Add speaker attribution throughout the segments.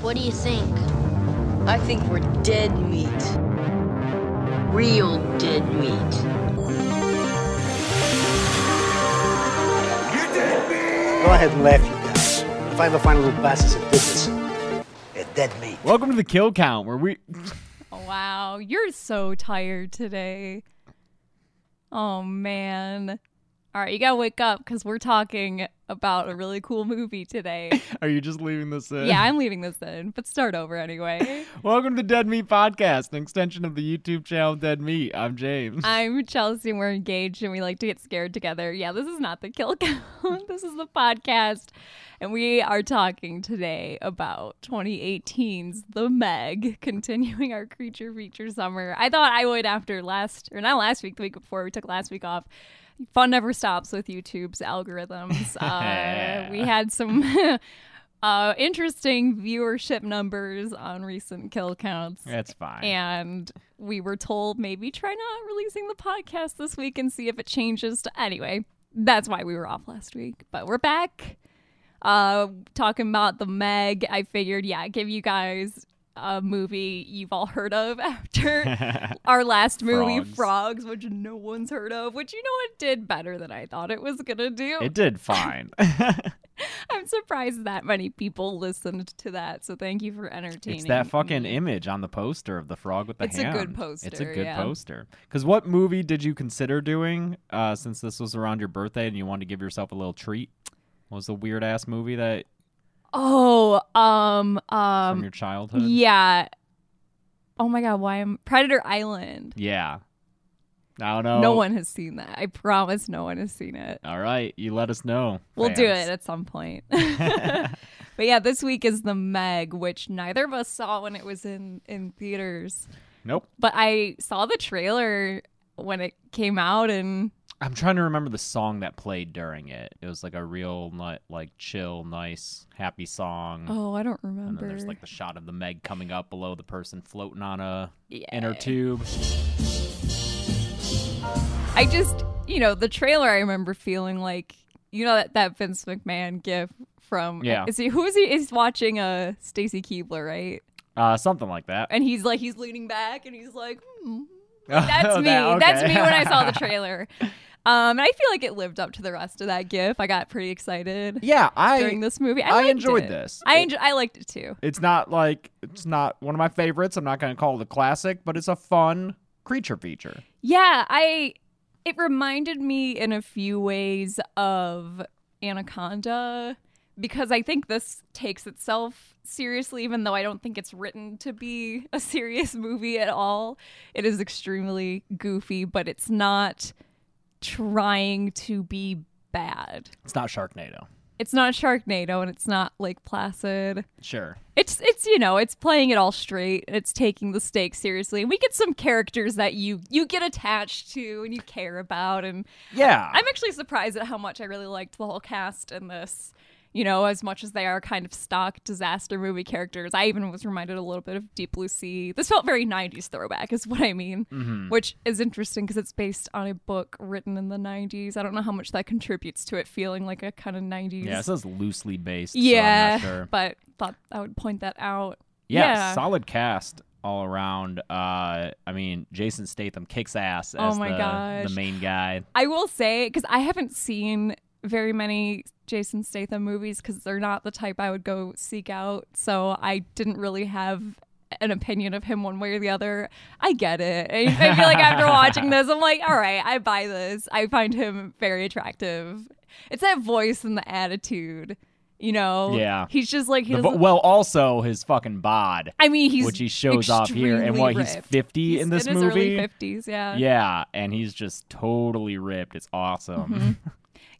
Speaker 1: What do you think?
Speaker 2: I think we're dead meat. Real dead meat.
Speaker 3: Go ahead and laugh, you guys. If I ever find a little bastards that did this, they're dead meat.
Speaker 4: Welcome to the kill count, where we
Speaker 5: Wow, you're so tired today. Oh man. All right, you gotta wake up because we're talking about a really cool movie today.
Speaker 4: are you just leaving this in?
Speaker 5: yeah, I'm leaving this in, but start over anyway.
Speaker 4: Welcome to Dead Meat Podcast, an extension of the YouTube channel Dead Meat. I'm James.
Speaker 5: I'm Chelsea, and we're engaged, and we like to get scared together. Yeah, this is not the kill count. this is the podcast, and we are talking today about 2018's The Meg, continuing our creature feature summer. I thought I would after last, or not last week, the week before we took last week off. Fun never stops with YouTube's algorithms. Uh, we had some. Uh, interesting viewership numbers on recent kill counts.
Speaker 4: That's fine.
Speaker 5: And we were told maybe try not releasing the podcast this week and see if it changes to anyway. That's why we were off last week, but we're back. Uh talking about the Meg, I figured yeah, give you guys a movie you've all heard of after our last movie
Speaker 4: Frogs.
Speaker 5: Frogs. which no one's heard of, which you know it did better than I thought it was going to do.
Speaker 4: it did fine.
Speaker 5: I'm surprised that many people listened to that. So thank you for entertaining.
Speaker 4: it's that fucking
Speaker 5: me.
Speaker 4: image on the poster of the frog with the
Speaker 5: It's a
Speaker 4: hand.
Speaker 5: good
Speaker 4: It's a
Speaker 5: poster,
Speaker 4: good
Speaker 5: yeah.
Speaker 4: poster. Because what movie did you consider doing uh, since this was around your birthday and you wanted to give yourself a little treat? What was the weird ass movie that
Speaker 5: Oh, um,
Speaker 4: from
Speaker 5: um,
Speaker 4: your childhood?
Speaker 5: yeah. Oh my God, why am Predator Island?
Speaker 4: Yeah. I don't know.
Speaker 5: No one has seen that. I promise, no one has seen it.
Speaker 4: All right, you let us know.
Speaker 5: We'll do
Speaker 4: fans.
Speaker 5: it at some point. but yeah, this week is the Meg, which neither of us saw when it was in in theaters.
Speaker 4: Nope.
Speaker 5: But I saw the trailer when it came out, and
Speaker 4: I'm trying to remember the song that played during it. It was like a real ni- like chill, nice, happy song.
Speaker 5: oh, I don't
Speaker 4: and
Speaker 5: remember.
Speaker 4: then there's like the shot of the Meg coming up below the person floating on a
Speaker 5: Yeah.
Speaker 4: inner tube.
Speaker 5: I just, you know, the trailer. I remember feeling like, you know, that, that Vince McMahon gif from
Speaker 4: Yeah.
Speaker 5: Is he who is he? Is watching uh Stacy Keebler, right?
Speaker 4: Uh, something like that.
Speaker 5: And he's like, he's leaning back, and he's like, hmm. that's
Speaker 4: Oh,
Speaker 5: me.
Speaker 4: that-
Speaker 5: That's
Speaker 4: okay.
Speaker 5: me when I saw the trailer. Um, and I feel like it lived up to the rest of that gif. I got pretty excited
Speaker 4: Yeah, I
Speaker 5: during this movie. I,
Speaker 4: I
Speaker 5: liked
Speaker 4: enjoyed
Speaker 5: it.
Speaker 4: this.
Speaker 5: I
Speaker 4: It-
Speaker 5: enjoy- I liked it too.
Speaker 4: It's not like it's not one of my favorites. I'm not going to call it a classic, but it's a fun creature feature.
Speaker 5: Yeah, I it reminded me in a few ways of Anaconda because I think this takes itself seriously even though I don't think it's written to be a serious movie at all. It is extremely goofy, but it's not trying to be bad.
Speaker 4: It's not Sharknado.
Speaker 5: It's not Sharknado and it's not Lake Placid.
Speaker 4: Sure.
Speaker 5: It's it's you know it's playing it all straight. and It's taking the stakes seriously. We get some characters that you you get attached to and you care about, and
Speaker 4: Yeah.
Speaker 5: I'm actually surprised at how much I really liked the whole cast in this. You know, as much as they are kind of stock disaster movie characters, I even was reminded a little bit of Deep Blue Sea. This felt very 90s throwback, is what I mean, which is interesting because it's based on a book written in the 90s. I don't know how much that contributes to it feeling like a kind of 90s.
Speaker 4: yeah, it says loosely based. so I'm not
Speaker 5: Yeah,
Speaker 4: sure.
Speaker 5: but thought I would point that out.
Speaker 4: yeah,
Speaker 5: yeah.
Speaker 4: solid cast all around. Uh, I mean, Jason Statham kicks ass
Speaker 5: Oh
Speaker 4: as
Speaker 5: my
Speaker 4: the,
Speaker 5: gosh.
Speaker 4: the main guy.
Speaker 5: I will say because I haven't seen very many Jason Statham movies because they're not the type I would go seek out. So I didn't really have an opinion of him one way or the other. I get it. I, I feel like after watching this, I'm like, all right, I buy this. I find him very attractive. It's that voice and the attitude, you know.
Speaker 4: Yeah.
Speaker 5: he's just like he.
Speaker 4: The vo-
Speaker 5: doesn't-
Speaker 4: well, also his fucking bod,
Speaker 5: I mean, he's
Speaker 4: which he shows off here, and
Speaker 5: extremely
Speaker 4: what he's
Speaker 5: ripped.
Speaker 4: fifty
Speaker 5: He's
Speaker 4: in this
Speaker 5: his
Speaker 4: movie.
Speaker 5: early fifties.
Speaker 4: yeah, and he's just totally ripped. It's awesome.
Speaker 5: Mm-hmm.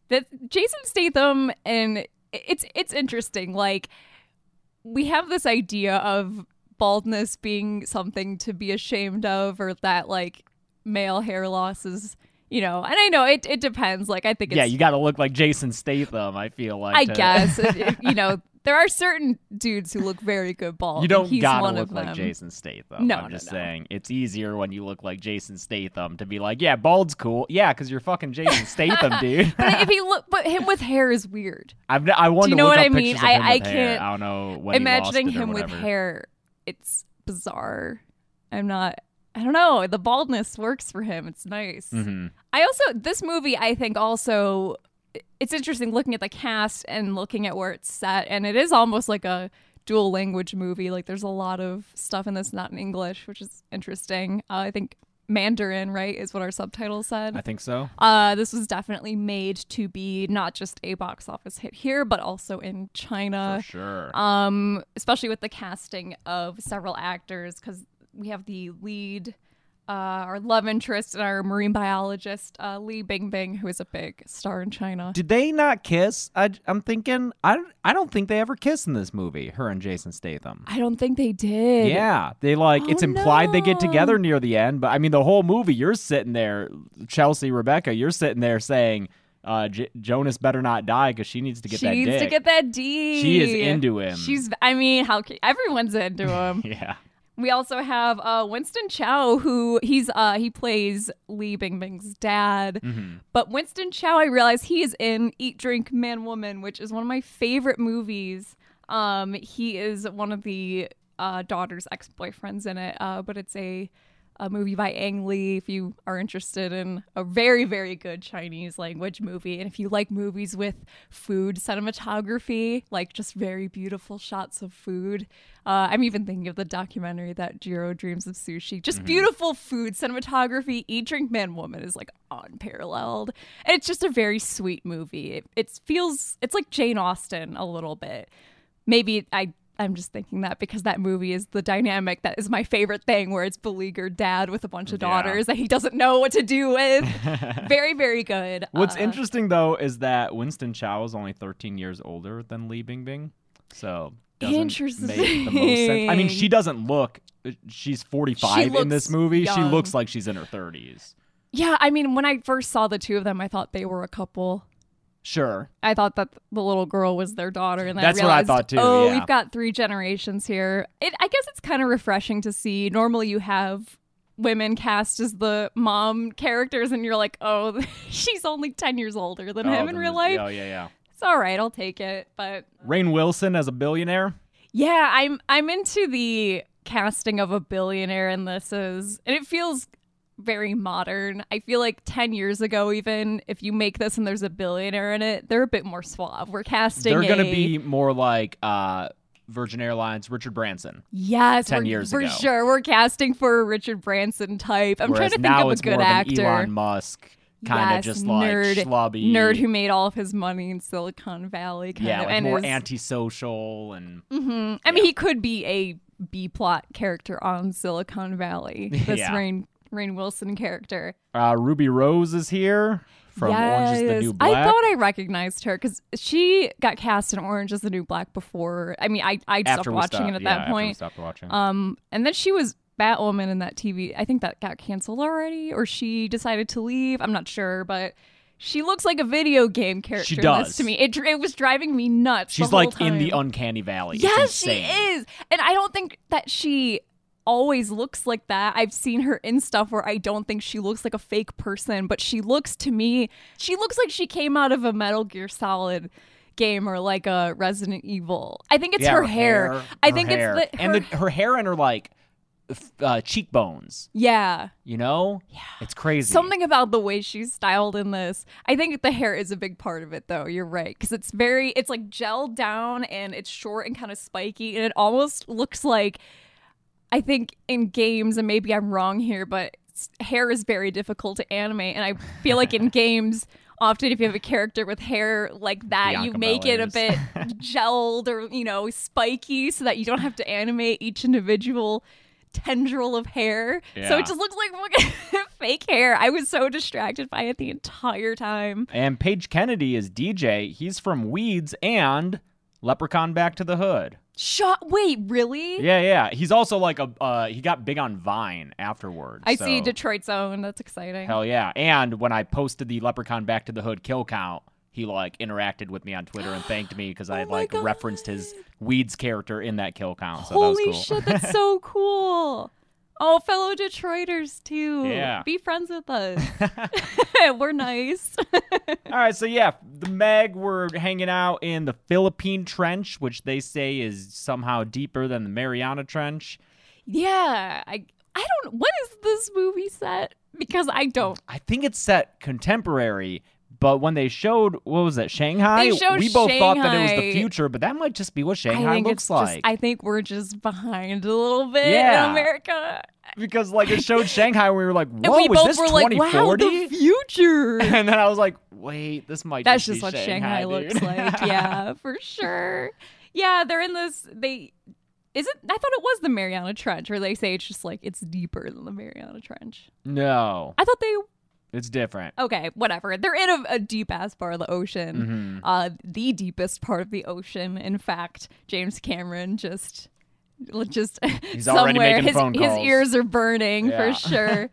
Speaker 5: that Jason Statham and it's it's interesting like we have this idea of baldness being something to be ashamed of or that like male hair loss is you know and I know it it depends like I think it's
Speaker 4: Yeah, you got to look like Jason Statham. I feel like
Speaker 5: I
Speaker 4: to-
Speaker 5: guess it- it- you know There are certain dudes who look very good bald.
Speaker 4: You
Speaker 5: and
Speaker 4: don't
Speaker 5: he's
Speaker 4: gotta
Speaker 5: one
Speaker 4: look
Speaker 5: of
Speaker 4: like
Speaker 5: them.
Speaker 4: Jason Statham.
Speaker 5: No,
Speaker 4: I'm
Speaker 5: no,
Speaker 4: just
Speaker 5: no.
Speaker 4: saying it's easier when you look like Jason Statham to be like, yeah, bald's cool. Yeah, because you're fucking Jason Statham, dude.
Speaker 5: But if he look, but him with hair is weird.
Speaker 4: I've n- I want
Speaker 5: you
Speaker 4: to
Speaker 5: know
Speaker 4: look up
Speaker 5: what I mean?
Speaker 4: pictures of
Speaker 5: I-
Speaker 4: him
Speaker 5: I
Speaker 4: with hair.
Speaker 5: can't
Speaker 4: I don't know when
Speaker 5: Imagining
Speaker 4: he lost it or
Speaker 5: him with
Speaker 4: whatever.
Speaker 5: hair, it's bizarre. I'm not. I don't know. The baldness works for him. It's nice.
Speaker 4: Mhm.
Speaker 5: I also this movie I think also it's interesting looking at the cast and looking at where it's set and it is almost like a dual language movie like there's a lot of stuff in this not in English which is interesting. Uh, I think Mandarin right is what our subtitle said.
Speaker 4: I think so.
Speaker 5: Uh, this was definitely made to be not just a box office hit here, but also in China
Speaker 4: For sure.
Speaker 5: um, especially with the casting of several actors, because we have the lead, uh, our love interest, and our marine biologist, uh, Li Bingbing, who is a big star in China.
Speaker 4: Did they not kiss? I, am thinking. I don't- I don't think they ever kiss in this movie. Her and Jason Statham.
Speaker 5: I don't think they did.
Speaker 4: Yeah, they like it's
Speaker 5: Oh,
Speaker 4: implied they get
Speaker 5: no.
Speaker 4: together near the end, but I mean the whole movie you're sitting there, Chelsea, Rebecca, you're sitting there saying, uh, J- "Jonas better not die because she needs to get
Speaker 5: she
Speaker 4: that
Speaker 5: needs to
Speaker 4: dick."
Speaker 5: get that D.
Speaker 4: She is into him.
Speaker 5: She's. I mean, how ca- everyone's into him.
Speaker 4: yeah,
Speaker 5: we also have uh, Winston Chow, who he's uh, he plays Li Bingbing's dad.
Speaker 4: Mm-hmm.
Speaker 5: But Winston Chow, I realize he is in Eat, Drink, Man, Woman, which is one of my favorite movies. Um, he is one of the uh, daughter's ex boyfriends in it, uh, but it's a, a movie by Ang Lee if you are interested in a very, very good Chinese language movie. And if you like movies with food cinematography, like just very beautiful shots of food, uh, I'm even thinking of the documentary that Jiro Dreams of Sushi. Just beautiful food cinematography. Eat, Drink, Man, Woman is like unparalleled. And it's just a very sweet movie. It, it feels, it's like Jane Austen a little bit maybe I I'm just thinking that because that movie is the dynamic that is my favorite thing where it's beleaguered dad with a bunch of
Speaker 4: Yeah.
Speaker 5: daughters that he doesn't know what to do with. very very good.
Speaker 4: What's
Speaker 5: Uh,
Speaker 4: interesting though is that Winston Chow is only 13 years older than Lee Bingbing, so doesn't Make the most sense. I mean, she
Speaker 5: Interesting.
Speaker 4: doesn't look. uh, She's 45 in
Speaker 5: looks
Speaker 4: this movie. She
Speaker 5: young.
Speaker 4: looks like she's in her 30s.
Speaker 5: Yeah, I mean when I first saw the two of them I thought they were a couple.
Speaker 4: Sure.
Speaker 5: I thought that the little girl was their daughter, and then
Speaker 4: That's
Speaker 5: I
Speaker 4: what I
Speaker 5: realized,
Speaker 4: thought too,
Speaker 5: Oh,
Speaker 4: yeah.
Speaker 5: we've got three generations here. It, I guess it's kind of refreshing to see. Normally, you have women cast as the mom characters, and you're like, oh, she's only ten years older than
Speaker 4: Oh,
Speaker 5: him in
Speaker 4: then
Speaker 5: real
Speaker 4: the-
Speaker 5: life.
Speaker 4: Oh yeah, yeah.
Speaker 5: It's all right, I'll take it. But
Speaker 4: Rain Wilson as a billionaire.
Speaker 5: yeah, I'm I'm into the casting of a billionaire in this is and it feels very modern. I feel like 10 years ago even if you make this and there's a billionaire in it, they're a bit more suave. We're casting
Speaker 4: They're going to
Speaker 5: a-
Speaker 4: be more like uh, Virgin Airlines Richard Branson.
Speaker 5: Yes,
Speaker 4: 10
Speaker 5: we're-
Speaker 4: years
Speaker 5: for
Speaker 4: ago.
Speaker 5: sure. We're casting for a Richard Branson type. I'm
Speaker 4: Whereas
Speaker 5: trying to think
Speaker 4: now
Speaker 5: of a
Speaker 4: it's
Speaker 5: good
Speaker 4: more
Speaker 5: actor.
Speaker 4: Of an Elon Musk kind of
Speaker 5: Yes,
Speaker 4: just like
Speaker 5: nerd,
Speaker 4: schlubby
Speaker 5: nerd who made all of his money in Silicon Valley. Kind
Speaker 4: yeah,
Speaker 5: of,
Speaker 4: like
Speaker 5: and
Speaker 4: more
Speaker 5: is-
Speaker 4: antisocial and
Speaker 5: Mhm. I mean, he could be a B plot character on Silicon Valley. This
Speaker 4: Yeah.
Speaker 5: Rain Rain Wilson character.
Speaker 4: uh, Ruby Rose is here from Orange is the
Speaker 5: Yes.
Speaker 4: New Black.
Speaker 5: I thought I recognized her because she got cast in Orange is the New Black before. I mean, I I stopped
Speaker 4: after we
Speaker 5: watching
Speaker 4: stopped,
Speaker 5: it at
Speaker 4: yeah,
Speaker 5: that
Speaker 4: after we
Speaker 5: point.
Speaker 4: stopped watching.
Speaker 5: Um, and then she was Batwoman in that TV. I think that got canceled already, or she decided to leave. I'm not sure, but she looks like a video game character. in this
Speaker 4: does.
Speaker 5: to me. It, dr- it was driving me nuts. the
Speaker 4: She's
Speaker 5: whole
Speaker 4: like in
Speaker 5: time.
Speaker 4: the uncanny valley. It's
Speaker 5: Yes, she
Speaker 4: insane.
Speaker 5: is, and I don't think that she always looks like that. I've seen her in stuff where I don't think she looks like a fake person, but she looks to me, she looks like she came out of a Metal Gear Solid game or like a Resident Evil. I think it's
Speaker 4: Yeah,
Speaker 5: her, hair. I
Speaker 4: her
Speaker 5: think
Speaker 4: hair.
Speaker 5: it's the,
Speaker 4: and
Speaker 5: her-
Speaker 4: the, her hair and her like f- uh, cheekbones.
Speaker 5: yeah.
Speaker 4: You know, yeah, it's crazy.
Speaker 5: Something about the way she's styled in this. I think the hair is a big part of it, though. You're right. Because it's very, it's like gelled down and it's short and kind of spiky. And it almost looks like, I think in games, and maybe I'm wrong here, but s- hair is very difficult to animate. And I feel like in games, often if you have a character with hair like that, you
Speaker 4: Bianca
Speaker 5: make it a bit gelled or, you know, spiky so that you don't have to animate each individual tendril of hair. So
Speaker 4: Yeah.
Speaker 5: it just looks like fucking fake hair. I was so distracted by it the entire time.
Speaker 4: And Paige Kennedy is DJ. He's from Weeds and Leprechaun Back to the Hood.
Speaker 5: Shot. Wait, really?
Speaker 4: Yeah, yeah. He's also like a uh, he got big on Vine afterwards.
Speaker 5: I
Speaker 4: so-
Speaker 5: see Detroit's own. That's exciting.
Speaker 4: Hell yeah! And when I posted the Leprechaun Back to the Hood kill count, he like interacted with me on Twitter and thanked me because I
Speaker 5: Oh
Speaker 4: had
Speaker 5: my
Speaker 4: like
Speaker 5: God.
Speaker 4: referenced his Weeds character in that kill count. So
Speaker 5: Holy
Speaker 4: that was cool.
Speaker 5: shit, that's so cool. Oh, fellow Detroiters too.
Speaker 4: Yeah.
Speaker 5: Be friends with us. We're nice.
Speaker 4: All right, so yeah, the Meg were hanging out in the Philippine Trench, which they say is somehow deeper than the Mariana Trench.
Speaker 5: yeah. I I don't when is this movie set? Because I don't
Speaker 4: I think it's set contemporary, but when they showed what was that Shanghai,
Speaker 5: They showed
Speaker 4: we both thought that it was the
Speaker 5: Shanghai.
Speaker 4: future, but that might just be what Shanghai
Speaker 5: I think
Speaker 4: looks
Speaker 5: it's
Speaker 4: like.
Speaker 5: just I think we're just behind a little bit
Speaker 4: Yeah.
Speaker 5: in America.
Speaker 4: because like it showed Shanghai, and we were like,
Speaker 5: And
Speaker 4: "Whoa,
Speaker 5: we
Speaker 4: is
Speaker 5: both
Speaker 4: this
Speaker 5: were like, wow,
Speaker 4: 2040?"
Speaker 5: the future.
Speaker 4: and then I was like, "Wait, this might
Speaker 5: That's
Speaker 4: just,
Speaker 5: just
Speaker 4: be
Speaker 5: what Shanghai,
Speaker 4: dude."
Speaker 5: looks like. Yeah, for sure. Yeah, they're in this. They isn't. I thought it was the Mariana Trench, where they say it's just like it's deeper than the Mariana Trench.
Speaker 4: no,
Speaker 5: I thought they.
Speaker 4: it's different.
Speaker 5: Okay, whatever. They're in a, a deep ass part of the
Speaker 4: Mhm.
Speaker 5: ocean. Uh, the deepest part of the ocean. In fact, James Cameron just. Just
Speaker 4: He's
Speaker 5: somewhere,
Speaker 4: already making
Speaker 5: his,
Speaker 4: phone
Speaker 5: his
Speaker 4: calls.
Speaker 5: ears are burning
Speaker 4: Yeah.
Speaker 5: for sure.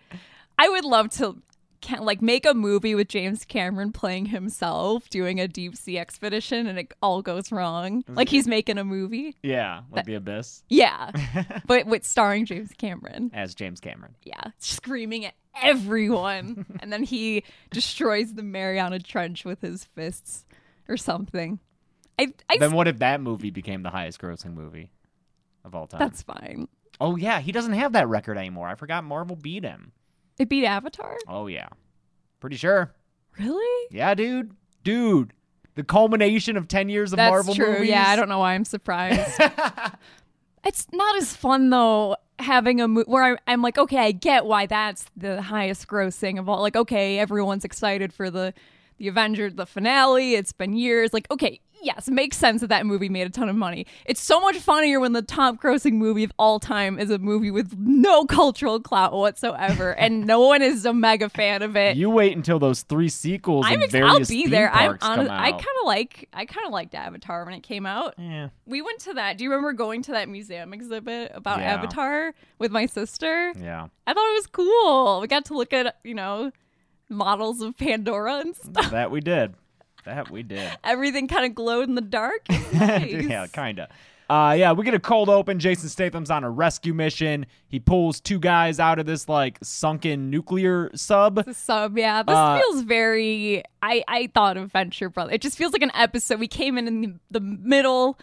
Speaker 5: I would love to can, like make a movie with James Cameron playing himself doing a deep sea expedition and it all goes wrong. Like
Speaker 4: Mm-hmm.
Speaker 5: he's making a movie.
Speaker 4: Yeah, like the abyss
Speaker 5: Yeah. but with starring James Cameron.
Speaker 4: as James Cameron.
Speaker 5: Yeah. Screaming at everyone. and then he destroys the Mariana Trench with his fists or something. I, I
Speaker 4: Then what if that movie became the highest grossing movie of all time?
Speaker 5: that's fine.
Speaker 4: Oh yeah, he doesn't have that record anymore. I forgot Marvel beat him.
Speaker 5: It beat Avatar?
Speaker 4: Oh yeah. Pretty sure.
Speaker 5: Really?
Speaker 4: Yeah, dude. Dude. The culmination of 10 years of
Speaker 5: That's
Speaker 4: Marvel
Speaker 5: true.
Speaker 4: movies.
Speaker 5: Yeah, I don't know why I'm surprised. It's not as fun though having a movie where I'm, I'm like, okay, I get why that's the highest grossing of all. Like, okay, everyone's excited for the the Avengers, the finale. It's been years. Like, okay, yes, it makes sense that that movie made a ton of money. It's so much funnier when the top grossing movie of all time is a movie with no cultural clout whatsoever, and no one is a mega fan of it.
Speaker 4: You wait until those three sequels
Speaker 5: I'm
Speaker 4: and
Speaker 5: ex- I'll
Speaker 4: various
Speaker 5: be
Speaker 4: theme
Speaker 5: there. I'm
Speaker 4: parks
Speaker 5: on.
Speaker 4: come
Speaker 5: I kind
Speaker 4: out.
Speaker 5: of like. I kind of liked Avatar when it came out.
Speaker 4: Yeah.
Speaker 5: We went to that. Do you remember going to that museum exhibit about
Speaker 4: Yeah.
Speaker 5: Avatar with my sister?
Speaker 4: Yeah.
Speaker 5: I thought it was cool. We got to look at, you know, models of Pandora and stuff.
Speaker 4: That we did. That we did.
Speaker 5: Everything kind of glowed in the dark. Nice.
Speaker 4: yeah, kind of. Uh, yeah, we get a cold open. Jason Statham's on a rescue mission. He pulls two guys out of this like sunken nuclear sub.
Speaker 5: The sub, yeah. This
Speaker 4: Uh,
Speaker 5: feels very. I I thought of Venture Brother. It just feels like an episode. We came in in the, the middle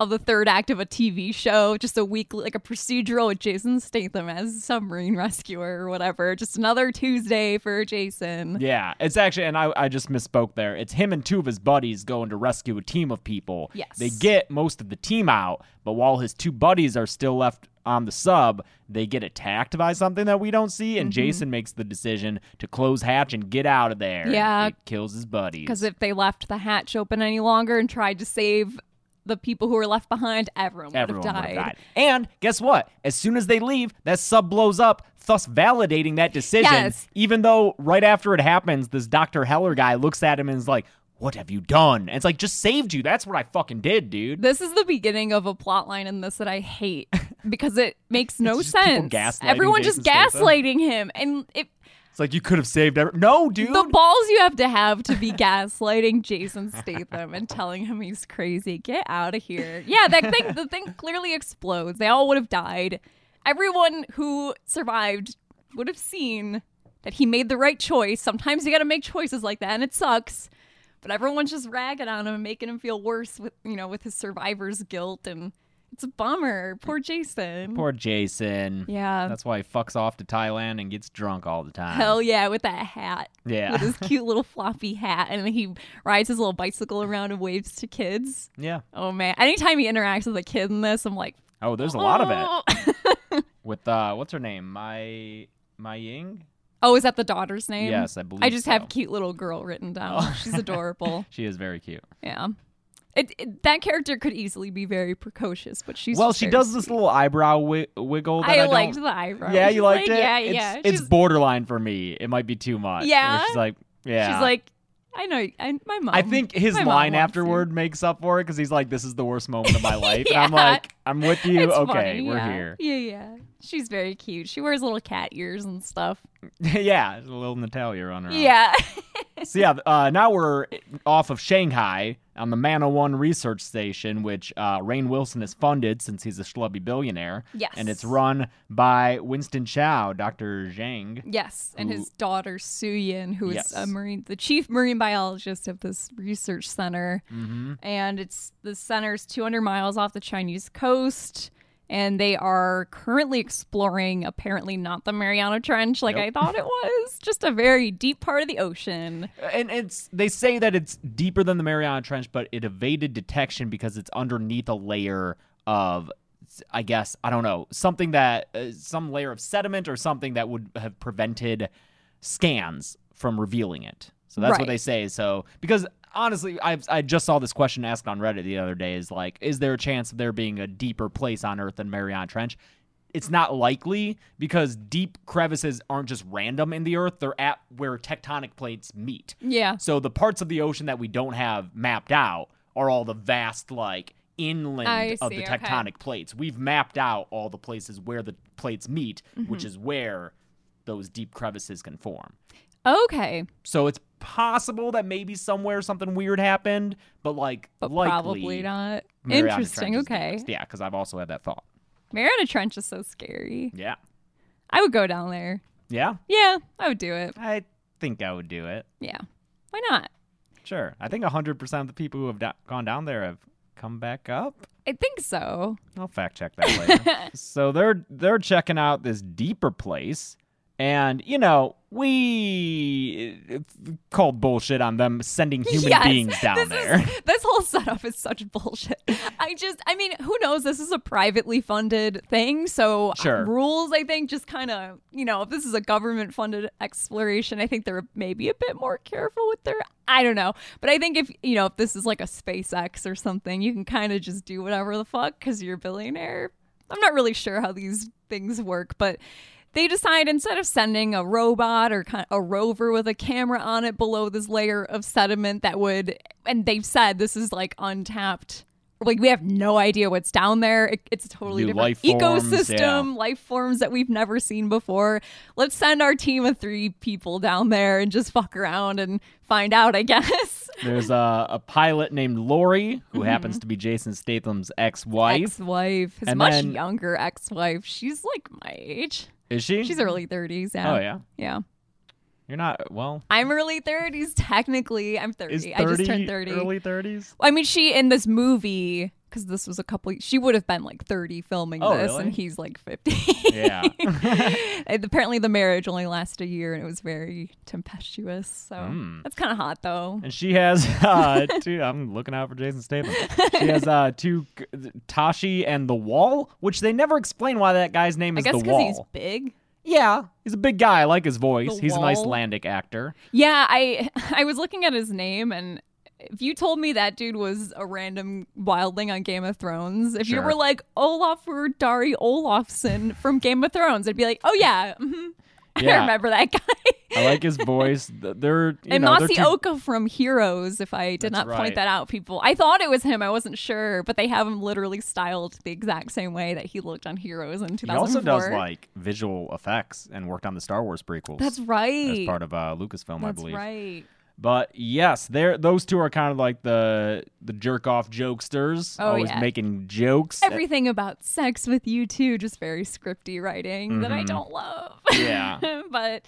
Speaker 5: of the third act of a TV show, just a weekly, like a procedural with Jason Statham as a submarine rescuer or whatever. Just another Tuesday for Jason.
Speaker 4: Yeah, it's actually, and I, I just misspoke there. It's him and two of his buddies going to rescue a team of people.
Speaker 5: Yes.
Speaker 4: They get most of the team out, but while his two buddies are still left on the sub, they get attacked by something that we don't see,
Speaker 5: Mm-hmm.
Speaker 4: and Jason makes the decision to close hatch and get out of there. and
Speaker 5: Yeah.
Speaker 4: It kills his buddies.
Speaker 5: Because if they left the hatch open any longer and tried to save the people who were left behind, everyone,
Speaker 4: Everyone
Speaker 5: would
Speaker 4: would've
Speaker 5: have died.
Speaker 4: died. And guess what? As soon as they leave, that sub blows up, thus validating that decision.
Speaker 5: Yes.
Speaker 4: Even though right after it happens, this Dr. Heller guy looks at him and is like, What have you done? And it's like, just saved you. That's what I fucking did, dude.
Speaker 5: This is the beginning of a plot line in this that I hate because it makes no
Speaker 4: It's just people
Speaker 5: sense.
Speaker 4: gaslighting
Speaker 5: Everyone just
Speaker 4: Jason Statham.
Speaker 5: gaslighting him. And it,
Speaker 4: It's like you could have saved every No, dude.
Speaker 5: the balls you have to have to be gaslighting Jason Statham and telling him he's crazy. Get out of here. Yeah, that thing the thing clearly explodes. They all would have died. Everyone who survived would have seen that he made the right choice. Sometimes you got to make choices like that and it sucks. But everyone's just ragging on him and making him feel worse with, you know, with his survivor's guilt and it's a bummer. Poor Jason.
Speaker 4: Poor Jason.
Speaker 5: yeah.
Speaker 4: That's why he fucks off to Thailand and gets drunk all the time.
Speaker 5: Hell yeah, with that hat.
Speaker 4: Yeah.
Speaker 5: With his cute little floppy hat. And he rides his little bicycle around and waves to kids.
Speaker 4: yeah.
Speaker 5: Oh man. Anytime he interacts with a kid in this, I'm like,
Speaker 4: Oh, there's a lot of it.
Speaker 5: oh.
Speaker 4: With uh what's her name? My my Ying?
Speaker 5: Oh, is that the daughter's name?
Speaker 4: Yes, I believe
Speaker 5: I just
Speaker 4: so. Oh.
Speaker 5: have cute little girl written down. She's adorable.
Speaker 4: She is very cute.
Speaker 5: yeah. It, it- that character could easily be very precocious, but she's
Speaker 4: well,
Speaker 5: just
Speaker 4: she
Speaker 5: very
Speaker 4: does
Speaker 5: sweet.
Speaker 4: this little eyebrow wi- wiggle that
Speaker 5: I,
Speaker 4: I,
Speaker 5: liked
Speaker 4: don't-
Speaker 5: the eyebrows.
Speaker 4: Yeah, you
Speaker 5: She's
Speaker 4: liked
Speaker 5: like,
Speaker 4: it.
Speaker 5: Yeah,
Speaker 4: it's,
Speaker 5: yeah.
Speaker 4: It's
Speaker 5: she's,
Speaker 4: borderline for me. It might be too much. Where
Speaker 5: Yeah?
Speaker 4: she's like, yeah.
Speaker 5: she's like, I know, I, my mom.
Speaker 4: I think his
Speaker 5: my mom
Speaker 4: line
Speaker 5: wants you."
Speaker 4: afterward makes up for it because he's like, "This is the worst moment of my life," and I'm
Speaker 5: Yeah.
Speaker 4: like, "I'm with you.
Speaker 5: It's
Speaker 4: okay,
Speaker 5: funny,
Speaker 4: we're
Speaker 5: yeah.
Speaker 4: here."
Speaker 5: Yeah, yeah. She's very cute. She wears little cat ears and stuff.
Speaker 4: yeah, a little Natalia on her. own.
Speaker 5: Yeah.
Speaker 4: So yeah, uh, now we're off of Shanghai on the Mana One research station, which uh, Rain Wilson has funded since he's a schlubby billionaire.
Speaker 5: Yes.
Speaker 4: And it's run by Winston Chow, Dr. Zhang.
Speaker 5: yes, and his daughter Suyin, who is
Speaker 4: Yes.
Speaker 5: a marine, the chief marine biologist of this research center,
Speaker 4: Mm-hmm.
Speaker 5: and it's the center's 200 miles off the Chinese coast. And they are currently exploring, apparently not the Mariana Trench like
Speaker 4: Nope.
Speaker 5: I thought it was, just a very deep part of the ocean.
Speaker 4: And it's they say that it's deeper than the Mariana Trench, but it evaded detection because it's underneath a layer of, I guess, I don't know, something that uh, some layer of sediment or something that would have prevented scans from revealing it. So that's what
Speaker 5: Right.
Speaker 4: they say. So because honestly, I I just saw this question asked on Reddit the other day is like, is there a chance of there being a deeper place on Earth than Mariana Trench? It's not likely because deep crevices aren't just random in the Earth; they're at where tectonic plates meet.
Speaker 5: Yeah.
Speaker 4: So the parts of the ocean that we don't have mapped out are all the vast like inland
Speaker 5: I
Speaker 4: of
Speaker 5: see,
Speaker 4: the
Speaker 5: okay.
Speaker 4: tectonic plates. We've mapped out all the places where the plates meet, which
Speaker 5: Mm-hmm.
Speaker 4: is where those deep crevices can form.
Speaker 5: Okay.
Speaker 4: So it's possible that maybe somewhere something weird happened, but like
Speaker 5: But
Speaker 4: likely
Speaker 5: probably not.
Speaker 4: Mariana
Speaker 5: Interesting.
Speaker 4: Trench is
Speaker 5: Okay.
Speaker 4: deepest. Yeah, because I've also had that thought.
Speaker 5: Mariana Trench is so scary.
Speaker 4: Yeah,
Speaker 5: I would go down there.
Speaker 4: yeah.
Speaker 5: Yeah, I would do it.
Speaker 4: I think I would do it.
Speaker 5: Yeah. Why not?
Speaker 4: Sure. I think 100% of the people who have do- gone down there have come back up.
Speaker 5: I think so.
Speaker 4: I'll fact check that later. so they're they're checking out this deeper place, and you know we uh, called bullshit on them sending human
Speaker 5: Yes,
Speaker 4: beings down
Speaker 5: this
Speaker 4: there.
Speaker 5: Is, this whole setup is such bullshit. I just, I mean, who knows? This is a privately funded thing. So uh,
Speaker 4: Sure.
Speaker 5: rules, I think, just kind of, you know, if this is a government funded exploration, I think they're maybe a bit more careful with their, I don't know. But I think if, you know, if this is like a SpaceX or something, you can kind of just do whatever the fuck because you're a billionaire. I'm not really sure how these things work, but they decide instead of sending a robot or kind a rover with a camera on it below this layer of sediment that would, and they've said this is like untapped. Like we have no idea what's down there. It- it's a totally
Speaker 4: New life
Speaker 5: different
Speaker 4: forms,
Speaker 5: ecosystem,
Speaker 4: yeah.
Speaker 5: life forms that we've never seen before. Let's send our team of three people down there and just fuck around and find out. I guess
Speaker 4: There's a, a pilot named Lori who
Speaker 5: Mm-hmm.
Speaker 4: happens to be Jason Statham's ex-wife.
Speaker 5: ex-wife, his
Speaker 4: And
Speaker 5: much
Speaker 4: then-
Speaker 5: younger ex-wife. She's like my age.
Speaker 4: Is she?
Speaker 5: She's early thirties. Yeah.
Speaker 4: Oh yeah.
Speaker 5: Yeah.
Speaker 4: You're not well.
Speaker 5: I'm early 30s, technically. I'm 30.
Speaker 4: Is 30
Speaker 5: I just turned 30.
Speaker 4: Early 30s.
Speaker 5: I mean, she in this movie, because this was a couple, she would have been like 30 filming
Speaker 4: Oh,
Speaker 5: this,
Speaker 4: really?
Speaker 5: and he's like 50.
Speaker 4: Yeah.
Speaker 5: And Apparently, the marriage only lasted a year and it was very tempestuous. So
Speaker 4: Hmm.
Speaker 5: that's kind of hot, though.
Speaker 4: And she has uh, two. I'm looking out for Jason Statham. She has uh, two, Tashi and the Wall, which they never explain why that guy's name
Speaker 5: I
Speaker 4: is
Speaker 5: guess
Speaker 4: the
Speaker 5: because
Speaker 4: Wall.
Speaker 5: he's big.
Speaker 4: yeah, he's a big guy. I like his voice.
Speaker 5: The
Speaker 4: he's an
Speaker 5: Wall.
Speaker 4: Icelandic actor.
Speaker 5: Yeah, I I was looking at his name, and if you told me that dude was a random wildling on Game of Thrones, if you
Speaker 4: Sure.
Speaker 5: were like Olafur Dari Olafsson from Game of Thrones, I'd be like, oh yeah, mhm. I
Speaker 4: Yeah.
Speaker 5: remember that guy.
Speaker 4: I like his voice. Th- They're you
Speaker 5: and
Speaker 4: know, they're
Speaker 5: Mossy
Speaker 4: two-
Speaker 5: Oka from Heroes, if I did
Speaker 4: That's
Speaker 5: not
Speaker 4: right.
Speaker 5: point that out, people. I thought it was him. I wasn't sure, but they have him literally styled the exact same way that he looked on Heroes in 2004.
Speaker 4: He also does like visual effects and worked on the Star Wars prequels.
Speaker 5: That's right.
Speaker 4: As part of uh, Lucasfilm, I
Speaker 5: That's
Speaker 4: believe.
Speaker 5: right.
Speaker 4: But yes, they're those two are kind of like the the jerk off jokesters,
Speaker 5: Oh,
Speaker 4: always
Speaker 5: yeah.
Speaker 4: making jokes.
Speaker 5: everything about sex with you too just very scripty writing that i don't love
Speaker 4: Mm-hmm. Yeah.
Speaker 5: but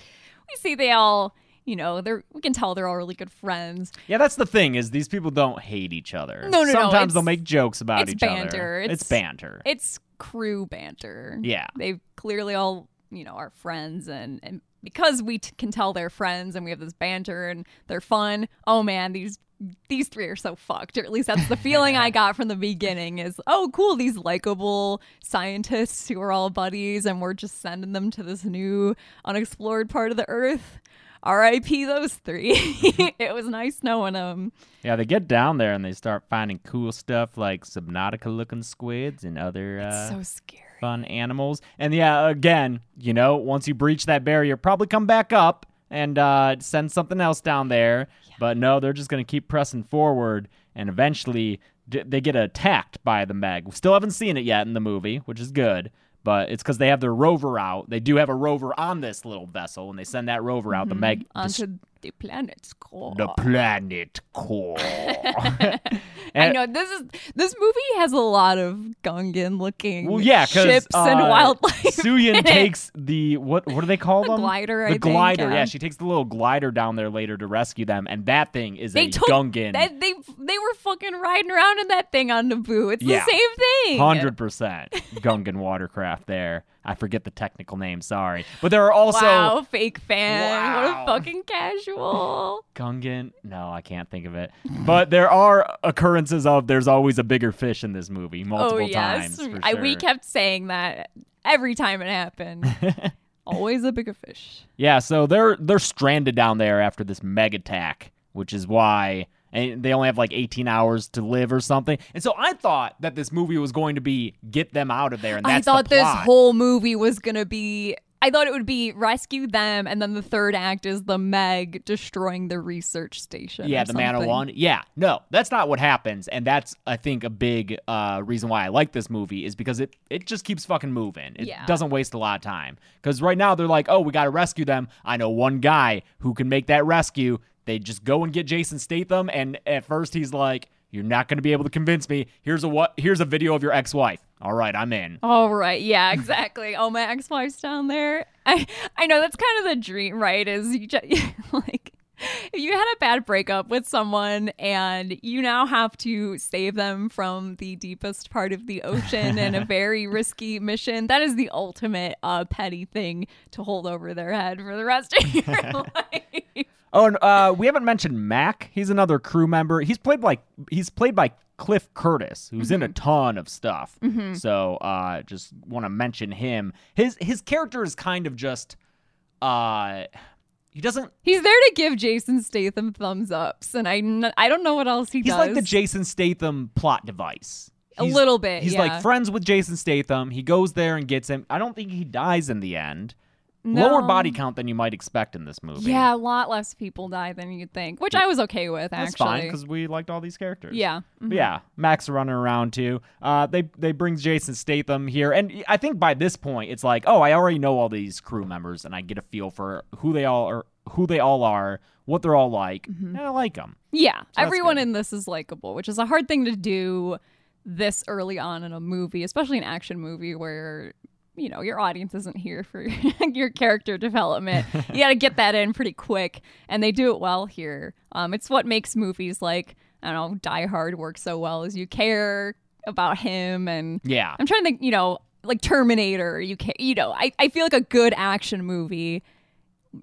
Speaker 5: we see they all you know they're we can tell they're all really good friends
Speaker 4: Yeah, that's the thing is these people don't hate each other.
Speaker 5: No, no, no,
Speaker 4: Sometimes
Speaker 5: it's-
Speaker 4: they'll make jokes about
Speaker 5: it's
Speaker 4: each
Speaker 5: banter,
Speaker 4: other.
Speaker 5: it's-
Speaker 4: banter.
Speaker 5: it's crew banter
Speaker 4: Yeah.
Speaker 5: they've clearly all you know are friends and and because we t- can tell they're friends and we have this banter and they're fun oh man these these three are so fucked or at least that's the feeling i got from the beginning is oh cool these likable scientists who are all buddies and we're just sending them to this new unexplored part of the earth rip those three it was nice knowing them
Speaker 4: yeah, they get down there and they start finding cool stuff like subnautica looking squids and other uh,
Speaker 5: so scary
Speaker 4: fun animals. And yeah, again, you know, once you breach that barrier, probably come back up and uh, send something else down there. But no, they're just going to keep pressing forward, and eventually d- they get attacked by the Meg. We still haven't seen it yet in the movie, which is good. But it's because they have their rover out. They do have a rover on this little vessel, and they send that rover out. The Meg
Speaker 5: onto the planet's core.
Speaker 4: the planet core.
Speaker 5: I
Speaker 4: And-
Speaker 5: know this is this movie has a lot of Gungan looking
Speaker 4: Well, yeah, uh, because
Speaker 5: ships and wildlife.
Speaker 4: Suyin
Speaker 5: in it.
Speaker 4: takes the what? What do they call them?
Speaker 5: glider,
Speaker 4: The
Speaker 5: I think,
Speaker 4: glider.
Speaker 5: yeah.
Speaker 4: yeah, she takes the little glider down there later to rescue them, and that thing is
Speaker 5: They
Speaker 4: a
Speaker 5: took
Speaker 4: Gungan.
Speaker 5: That, they they were fucking riding around in that thing on Naboo. It's
Speaker 4: Yeah.
Speaker 5: the same thing.
Speaker 4: Hundred percent Gungan watercraft. There, I forget the technical name. Sorry, but there are also
Speaker 5: wow, fake fan.
Speaker 4: Wow.
Speaker 5: What a fucking casual.
Speaker 4: Gungan. No, I can't think of it. But there are occurrences of there's always a bigger fish in this movie multiple
Speaker 5: oh yes,
Speaker 4: times. for
Speaker 5: I, we
Speaker 4: sure.
Speaker 5: kept saying that every time it happened. Always a bigger fish.
Speaker 4: Yeah, so they're they're stranded down there after this meg attack, which is why and they only have like 18 hours to live or something. And so I thought that this movie was going to be get them out of there, and
Speaker 5: I
Speaker 4: that's
Speaker 5: thought
Speaker 4: the
Speaker 5: this
Speaker 4: plot.
Speaker 5: whole movie was gonna be. I thought it would be rescue them, and then the third act is the Meg destroying the research station.
Speaker 4: yeah,
Speaker 5: or
Speaker 4: the
Speaker 5: something.
Speaker 4: man one. Yeah, no, that's not what happens, and that's I think a big uh, reason why I like this movie is because it it just keeps fucking moving. It
Speaker 5: Yeah.
Speaker 4: doesn't waste a lot of time because right now they're like, oh, we got to rescue them. I know one guy who can make that rescue. They just go and get Jason Statham, and at first he's like, you're not going to be able to convince me. Here's a what? Here's a video of your ex-wife. All right, I'm in.
Speaker 5: All right, yeah, exactly. Oh, my ex-wife's down there. I I know that's kind of the dream, right? Is you just, like if you had a bad breakup with someone and you now have to save them from the deepest part of the ocean and a very risky mission, that is the ultimate uh, petty thing to hold over their head for the rest of your life.
Speaker 4: Oh, and uh, we haven't mentioned Mac. He's another crew member. He's played like he's played by Cliff Curtis, who's in a
Speaker 5: Mm-hmm.
Speaker 4: ton of stuff. So uh, just want to mention him. His his character is kind of just uh, he doesn't.
Speaker 5: He's there to give Jason Statham thumbs ups, and I kn- I don't know what else he
Speaker 4: He's
Speaker 5: does.
Speaker 4: like the Jason Statham plot device.
Speaker 5: A
Speaker 4: He's-
Speaker 5: little bit,
Speaker 4: He's
Speaker 5: yeah.
Speaker 4: like friends with Jason Statham. He goes there and gets him. I don't think he dies in the end. Lower
Speaker 5: No.
Speaker 4: body count than you might expect in this movie.
Speaker 5: Yeah, a lot less people die than you'd think, which I was okay with
Speaker 4: that's
Speaker 5: actually.
Speaker 4: fine because we liked all these characters.
Speaker 5: yeah,
Speaker 4: But Yeah, Max running around too. Uh, they they bring Jason Statham here, and I think by this point it's like, oh, I already know all these crew members, and I get a feel for who they all are, who they all are, what they're all like,
Speaker 5: Mm-hmm.
Speaker 4: and I like them.
Speaker 5: yeah.
Speaker 4: that's
Speaker 5: Everyone
Speaker 4: good.
Speaker 5: in this is likable, which is a hard thing to do this early on in a movie, especially an action movie where you know your audience isn't here for your character development. you got to get that in pretty quick, and they do it well here. Um, it's what makes movies like I don't know Die Hard work so well is you care about him and
Speaker 4: Yeah,
Speaker 5: I'm trying to think, you know, like Terminator, you can you know, I, I feel like a good action movie,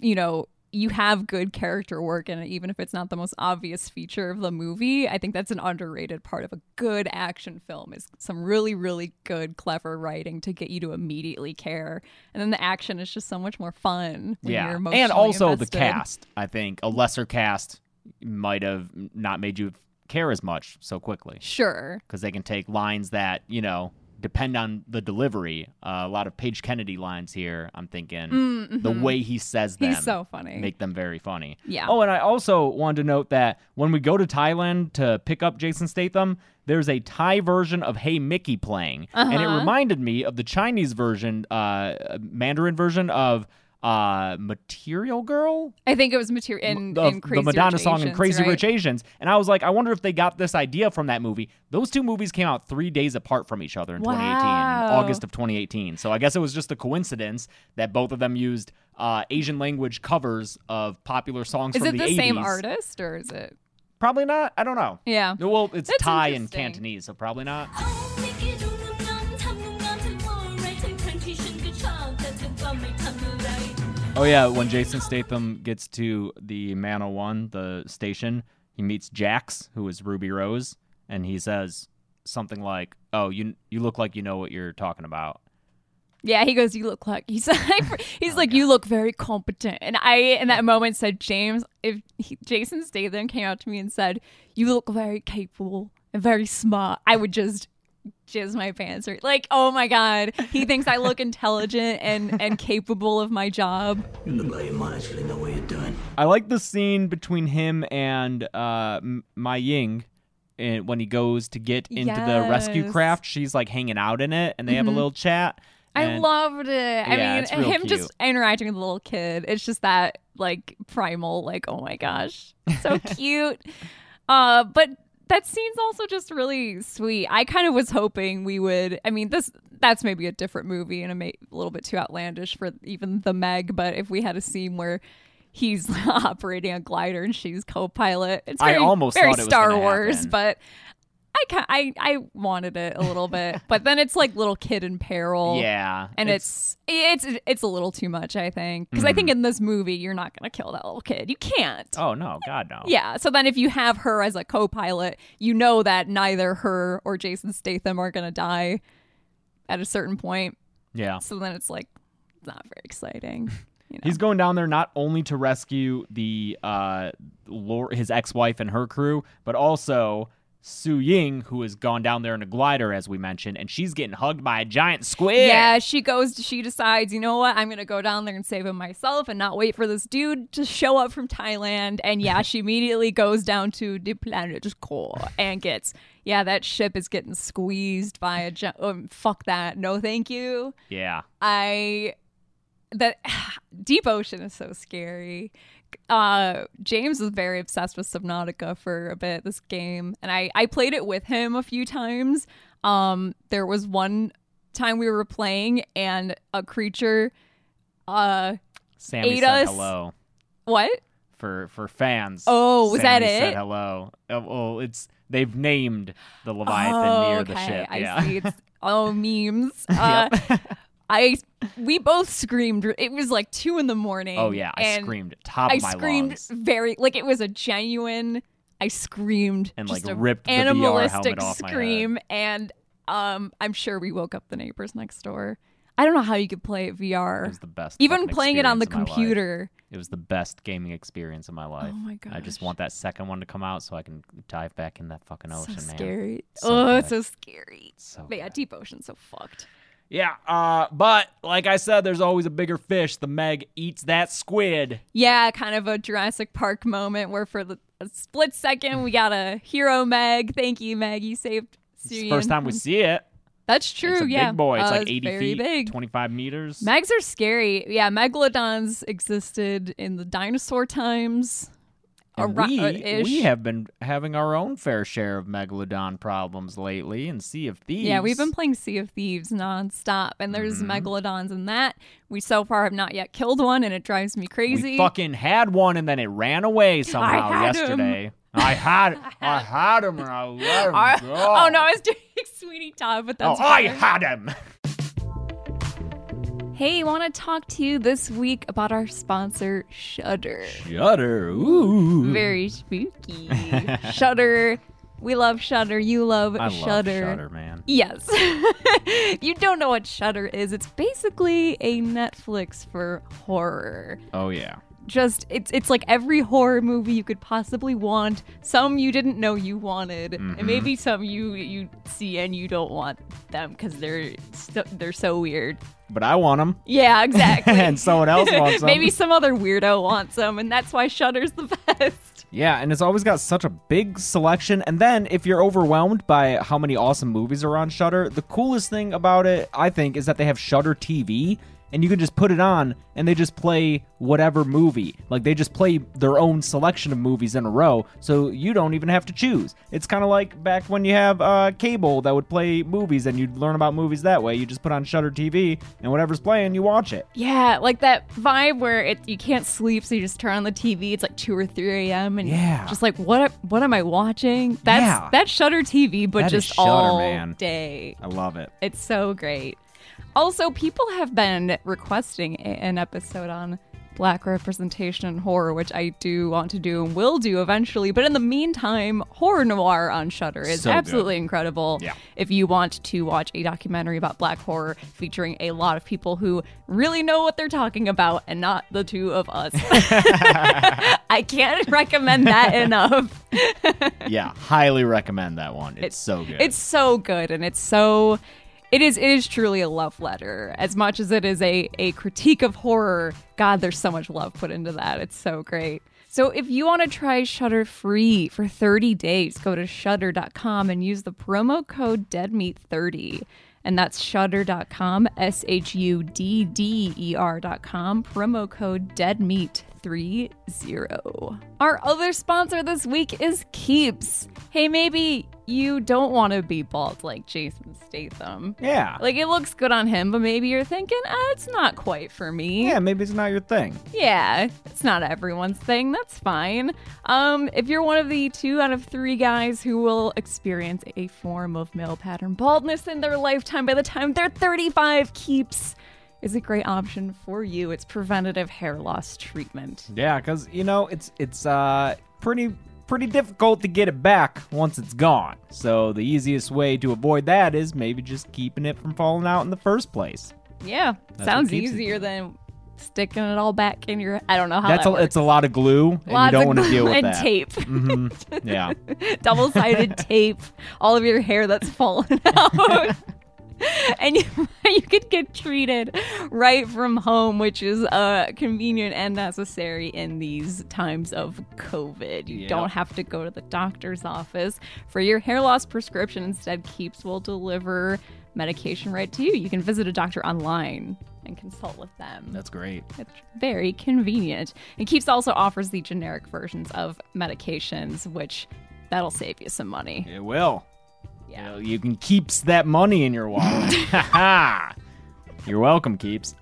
Speaker 5: you know, you have good character work in it, even if it's not the most obvious feature of the movie. I think that's an underrated part of a good action film is some really, really good, clever writing to get you to immediately care. And then the action is just so much more fun. When
Speaker 4: yeah,
Speaker 5: You're emotionally
Speaker 4: and also
Speaker 5: invested.
Speaker 4: the cast. I think a lesser cast might have not made you care as much so quickly
Speaker 5: Sure.
Speaker 4: because they can take lines that you know depend on the delivery. Uh, a lot of Paige Kennedy lines here. I'm thinking the way he says them.
Speaker 5: Mm, mm-hmm. He's so funny.
Speaker 4: make them very funny.
Speaker 5: Yeah.
Speaker 4: Oh, and I also wanted to note that when we go to Thailand to pick up Jason Statham, there's a Thai version of Hey Mickey playing, and
Speaker 5: Uh-huh.
Speaker 4: it reminded me of the Chinese version, uh, Mandarin version of uh, Material Girl,
Speaker 5: I think it was material in,
Speaker 4: the,
Speaker 5: in
Speaker 4: the
Speaker 5: Crazy
Speaker 4: Madonna
Speaker 5: Rich
Speaker 4: song and
Speaker 5: Asians,
Speaker 4: Crazy
Speaker 5: right?
Speaker 4: Rich Asians, and I was like, I wonder if they got this idea from that movie. Those two movies came out three days apart from each other in 2018,
Speaker 5: Wow.
Speaker 4: August of 2018. So I guess it was just a coincidence that both of them used uh, Asian language covers of popular songs
Speaker 5: Is
Speaker 4: from
Speaker 5: it the,
Speaker 4: the, 80s.
Speaker 5: same artist or is it?
Speaker 4: Probably not. I don't know.
Speaker 5: Yeah.
Speaker 4: Well, it's
Speaker 5: That's
Speaker 4: Thai and
Speaker 5: interesting.
Speaker 4: Cantonese, so probably not.
Speaker 1: เอาไม่คิดดูนุ่มน้ำทำนุ่มน้ำทำอะไรทั้งๆที่ฉันก็ชอบแต่เธอก็ไม่ทำอะไร
Speaker 4: Oh yeah, when Jason Statham gets to the Man O One, the station, he meets Jax, who is Ruby Rose, and he says something like, "Oh, you you look like you know what you're talking about."
Speaker 5: Yeah, he goes, "You look like he's like, he's like you look very competent." And I in that moment said, "James, if he, Jason Statham came out to me and said, "You look very capable and very smart." I would just jizz my pants or like, "Oh my god, he thinks I look intelligent and and capable of my job."
Speaker 6: In the back of your mind, you really know what you're doing.
Speaker 4: I like the scene between him and uh, M- Mai Ying. eh, And when he goes to get into the rescue
Speaker 5: Yes. Mm-hmm.
Speaker 4: craft, she's like hanging out in it, and they have a little chat.
Speaker 5: I
Speaker 4: And-
Speaker 5: loved it. I
Speaker 4: Yeah, it's
Speaker 5: mean,
Speaker 4: real
Speaker 5: him just
Speaker 4: cute.
Speaker 5: interacting with the little kid. It's just that like primal, like oh my gosh, so cute. Uh, but that scene's also just really sweet. I kind of was hoping we would. I mean, this that's maybe a different movie and a, ma- a little bit too outlandish for even the Meg. But if we had a scene where he's operating a glider and she's co-pilot, it's
Speaker 4: I
Speaker 5: very,
Speaker 4: almost
Speaker 5: very
Speaker 4: thought it was
Speaker 5: Star
Speaker 4: gonna
Speaker 5: Wars,
Speaker 4: happen.
Speaker 5: but. I, ki- I I wanted it a little bit, but then it's like little kid in peril
Speaker 4: yeah,
Speaker 5: and it's it's it's, a little too much i think because i think in this movie you're not going to kill that little kid you can't
Speaker 4: oh no, God no.
Speaker 5: yeah so then if you have her as a co-pilot you know that neither her or jason statham are going to die at a certain point
Speaker 4: yeah.
Speaker 5: so then it's like it's not very exciting you know
Speaker 4: He's going down there not only to rescue the uh, Lor- his ex-wife and her crew, but also Su Ying, who has gone down there in a glider, as we mentioned, and she's getting hugged by a giant squid.
Speaker 5: yeah, she goes. She decides. You know what? I'm gonna go down there and save him myself, and not wait for this dude to show up from Thailand. And yeah, she immediately goes down to the planet core and gets. Yeah, that ship is getting squeezed by a giant. Um, fuck that. No, thank you.
Speaker 4: yeah.
Speaker 5: I that Deep Ocean is so scary. Uh James was very obsessed with Subnautica for a bit this game and I I played it with him a few times. Um there was one time we were playing and a creature uh
Speaker 4: Sammy
Speaker 5: Ate
Speaker 4: said
Speaker 5: us.
Speaker 4: hello
Speaker 5: what?
Speaker 4: for for fans.
Speaker 5: Oh, was that
Speaker 4: Sammy Said
Speaker 5: it?
Speaker 4: hello. Oh, well, it's they've named the Leviathan
Speaker 5: oh,
Speaker 4: near
Speaker 5: okay.
Speaker 4: the ship.
Speaker 5: I
Speaker 4: yeah.
Speaker 5: see. It's oh memes. Uh, I we both screamed. It was like two in the morning.
Speaker 4: oh yeah, I
Speaker 5: and
Speaker 4: screamed top
Speaker 5: I
Speaker 4: of my
Speaker 5: screamed
Speaker 4: lungs.
Speaker 5: very like it was a genuine. I screamed
Speaker 4: And,
Speaker 5: just
Speaker 4: like,
Speaker 5: a
Speaker 4: ripped the VR helmet
Speaker 5: animalistic
Speaker 4: off my head.
Speaker 5: scream, and um, I'm sure we woke up the neighbors next door. I don't know how you could play it
Speaker 4: It
Speaker 5: VR,
Speaker 4: was the best.
Speaker 5: even
Speaker 4: fucking
Speaker 5: playing it on the
Speaker 4: experience of my life.
Speaker 5: computer.
Speaker 4: It was the best gaming experience of my life.
Speaker 5: Oh my
Speaker 4: I just
Speaker 5: gosh.
Speaker 4: want that second one to come out so I can dive back in that fucking
Speaker 5: So
Speaker 4: ocean, man.
Speaker 5: scary.
Speaker 4: So
Speaker 5: oh,
Speaker 4: good.
Speaker 5: it's so scary.
Speaker 4: So
Speaker 5: but yeah,
Speaker 4: good.
Speaker 5: Deep Ocean's so fucked.
Speaker 4: Yeah, uh, but like I said, there's always a bigger fish. The Meg eats that squid.
Speaker 5: Yeah, kind of a Jurassic Park moment where for the, a split second we got a hero Meg. Thank you, Meg. You saved.
Speaker 4: It's the
Speaker 5: Syrian.
Speaker 4: first time we see it.
Speaker 5: That's true.
Speaker 4: It's a
Speaker 5: yeah,
Speaker 4: big boy. It's
Speaker 5: Uh,
Speaker 4: like 80
Speaker 5: very
Speaker 4: feet,
Speaker 5: big.
Speaker 4: 25 meters.
Speaker 5: Megs are scary. Yeah, megalodons existed in the dinosaur times.
Speaker 4: And
Speaker 5: Ar-
Speaker 4: we,
Speaker 5: uh,
Speaker 4: we
Speaker 5: ish.
Speaker 4: have been having our own fair share of megalodon problems lately and Sea of Thieves. Mm-hmm.
Speaker 5: Yeah, we've been playing Sea of Thieves nonstop, and there's megalodons in that. We so far have not yet killed one, and it drives me crazy.
Speaker 4: We fucking had one and then it ran away somehow
Speaker 5: had 'em.
Speaker 4: yesterday. I had I had him and I let him
Speaker 5: Ar-
Speaker 4: go. Oh,
Speaker 5: oh no, I was doing Sweeney Todd, but that's better.
Speaker 4: had him.
Speaker 5: Hey, want to talk to you this week about our sponsor, Shudder.
Speaker 4: Shudder. Ooh.
Speaker 5: Very spooky. Shudder. We love Shudder. You love
Speaker 4: I love
Speaker 5: Shudder.
Speaker 4: Shudder, man.
Speaker 5: Yes. If you don't know what Shudder is. It's basically a Netflix for horror.
Speaker 4: Oh yeah.
Speaker 5: Just it's it's like every horror movie you could possibly want. Some you didn't know you wanted,
Speaker 4: Mm-hmm.
Speaker 5: and maybe some you you see and you don't want them because they're so, they're so weird.
Speaker 4: But I want him,
Speaker 5: Yeah, exactly.
Speaker 4: and someone else wants him.
Speaker 5: maybe some other weirdo wants them, and that's why Shudder's the best.
Speaker 4: Yeah, and it's always got such a big selection. And then if you're overwhelmed by how many awesome movies are on Shudder, the coolest thing about it, I think, is that they have Shudder TV and you can just put it on and they just play whatever movie. Like they just play their own selection of movies in a row, so you don't even have to choose. It's kind of like back when you have uh, cable that would play movies and you'd learn about movies that way. You just put on Shudder TV and whatever's playing, you watch it.
Speaker 5: Yeah, like that vibe where it you can't sleep, so you just turn on the TV. It's like two or three a.m. and
Speaker 4: Yeah.
Speaker 5: just like what what am I watching? That's
Speaker 4: Yeah.
Speaker 5: that's Shutter TV, but
Speaker 4: That is
Speaker 5: just
Speaker 4: Shudder,
Speaker 5: all
Speaker 4: man.
Speaker 5: day.
Speaker 4: I love it.
Speaker 5: It's so great. Also, people have been requesting a- an episode on black representation in horror, which I do want to do and will do eventually. But in the meantime, horror noir on Shudder is
Speaker 4: So good.
Speaker 5: absolutely incredible.
Speaker 4: Yeah.
Speaker 5: If you want to watch a documentary about black horror featuring a lot of people who really know what they're talking about and not the two of us. I can't recommend that enough.
Speaker 4: Yeah, highly recommend that one. It's, so good.
Speaker 5: It's so good and it's so it is it is truly a love letter. As much as it is a, a critique of horror, God, there's so much love put into that. It's so great. So if you want to try Shutter free for 30 days, go to shutter.com and use the promo code deadmeat30 And that's shudder.com, S H U D D E R.com, promo code DEADMEAT30. Our other sponsor this week is Keeps. Hey, maybe you don't want to be bald like Jason Statham.
Speaker 4: Yeah.
Speaker 5: Like it looks good on him, but maybe you're thinking, ah, it's not quite for me.
Speaker 4: yeah, maybe it's not your thing.
Speaker 5: Yeah, it's not everyone's thing. That's fine. Um, if you're one of the two out of three guys who will experience a form of male pattern baldness in their lifetime by the time they're 35, keeps is a great option for you. It's preventative hair loss treatment.
Speaker 4: Yeah, because you know it's it's uh pretty pretty difficult to get it back once it's gone. So the easiest way to avoid that is maybe just keeping it from falling out in the first place.
Speaker 5: Yeah,
Speaker 4: Hmm. what
Speaker 5: sounds
Speaker 4: keeps it.
Speaker 5: easier than sticking it all back in your. I don't know how
Speaker 4: That's
Speaker 5: that
Speaker 4: a,
Speaker 5: works.
Speaker 4: it's a lot of glue, and
Speaker 5: Lots
Speaker 4: you
Speaker 5: of
Speaker 4: don't want to
Speaker 5: glue
Speaker 4: deal with
Speaker 5: and
Speaker 4: that.
Speaker 5: tape.
Speaker 4: Mhm. Yeah,
Speaker 5: double sided tape, all of your hair that's fallen out. And you, you could get treated right from home, which is uh, convenient and necessary in these times of COVID. You
Speaker 4: Yep.
Speaker 5: don't have to go to the doctor's office for your hair loss prescription. Instead, Keeps will deliver medication right to you. You can visit a doctor online and consult with them.
Speaker 4: that's great.
Speaker 5: It's very convenient. And Keeps also offers the generic versions of medications, which that'll save you some money.
Speaker 4: It will.
Speaker 5: Yeah.
Speaker 4: You, you can keeps that money in your wallet. Ha ha. You're welcome, keeps.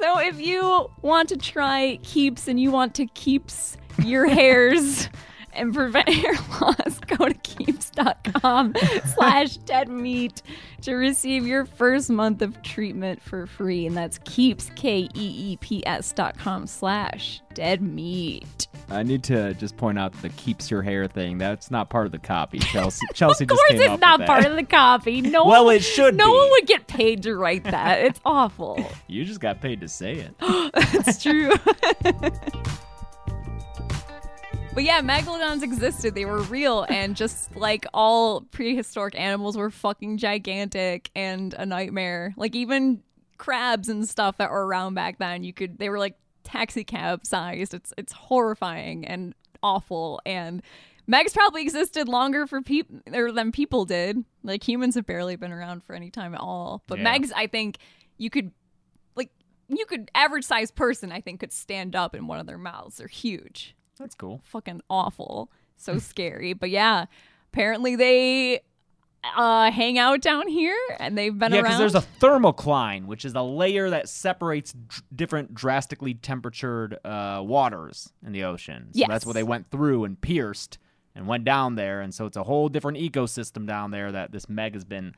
Speaker 5: So if you want to try Keeps and you want to Keeps your hairs and prevent hair loss, go to keeps.com slash dead meat to receive your first month of treatment for free. And that's keeps, E K-E-E-P-S dot com slash dead meat.
Speaker 4: I need to just point out the keeps your hair thing. That's not part of the copy. Chelsea Chelsea
Speaker 5: Of
Speaker 4: just
Speaker 5: course,
Speaker 4: came up
Speaker 5: it's
Speaker 4: with
Speaker 5: not
Speaker 4: that.
Speaker 5: part of the copy. No
Speaker 4: Well,
Speaker 5: one-
Speaker 4: it should
Speaker 5: No
Speaker 4: be.
Speaker 5: one would get paid to write that. It's awful.
Speaker 4: You just got paid to say it.
Speaker 5: It's true. But yeah, megalodons existed. They were real, and just like all prehistoric animals were fucking gigantic and a nightmare. Like even crabs and stuff that were around back then, you could they were like taxi cab sized. It's it's horrifying and awful. And megs probably existed longer for people or than people did. Like humans have barely been around for any time at all. But
Speaker 4: Yeah.
Speaker 5: megs, I think you could like you could average sized person I think could stand up in one of their mouths. They're huge
Speaker 4: That's cool.
Speaker 5: fucking awful. So scary. But yeah, apparently they uh, hang out down here and they've been
Speaker 4: yeah,
Speaker 5: around.
Speaker 4: there's a thermocline, which is a layer that separates dr- different drastically temperatured uh, waters in the ocean. So
Speaker 5: Yes.
Speaker 4: that's what they went through and pierced and went down there. And so it's a whole different ecosystem down there that this Meg has been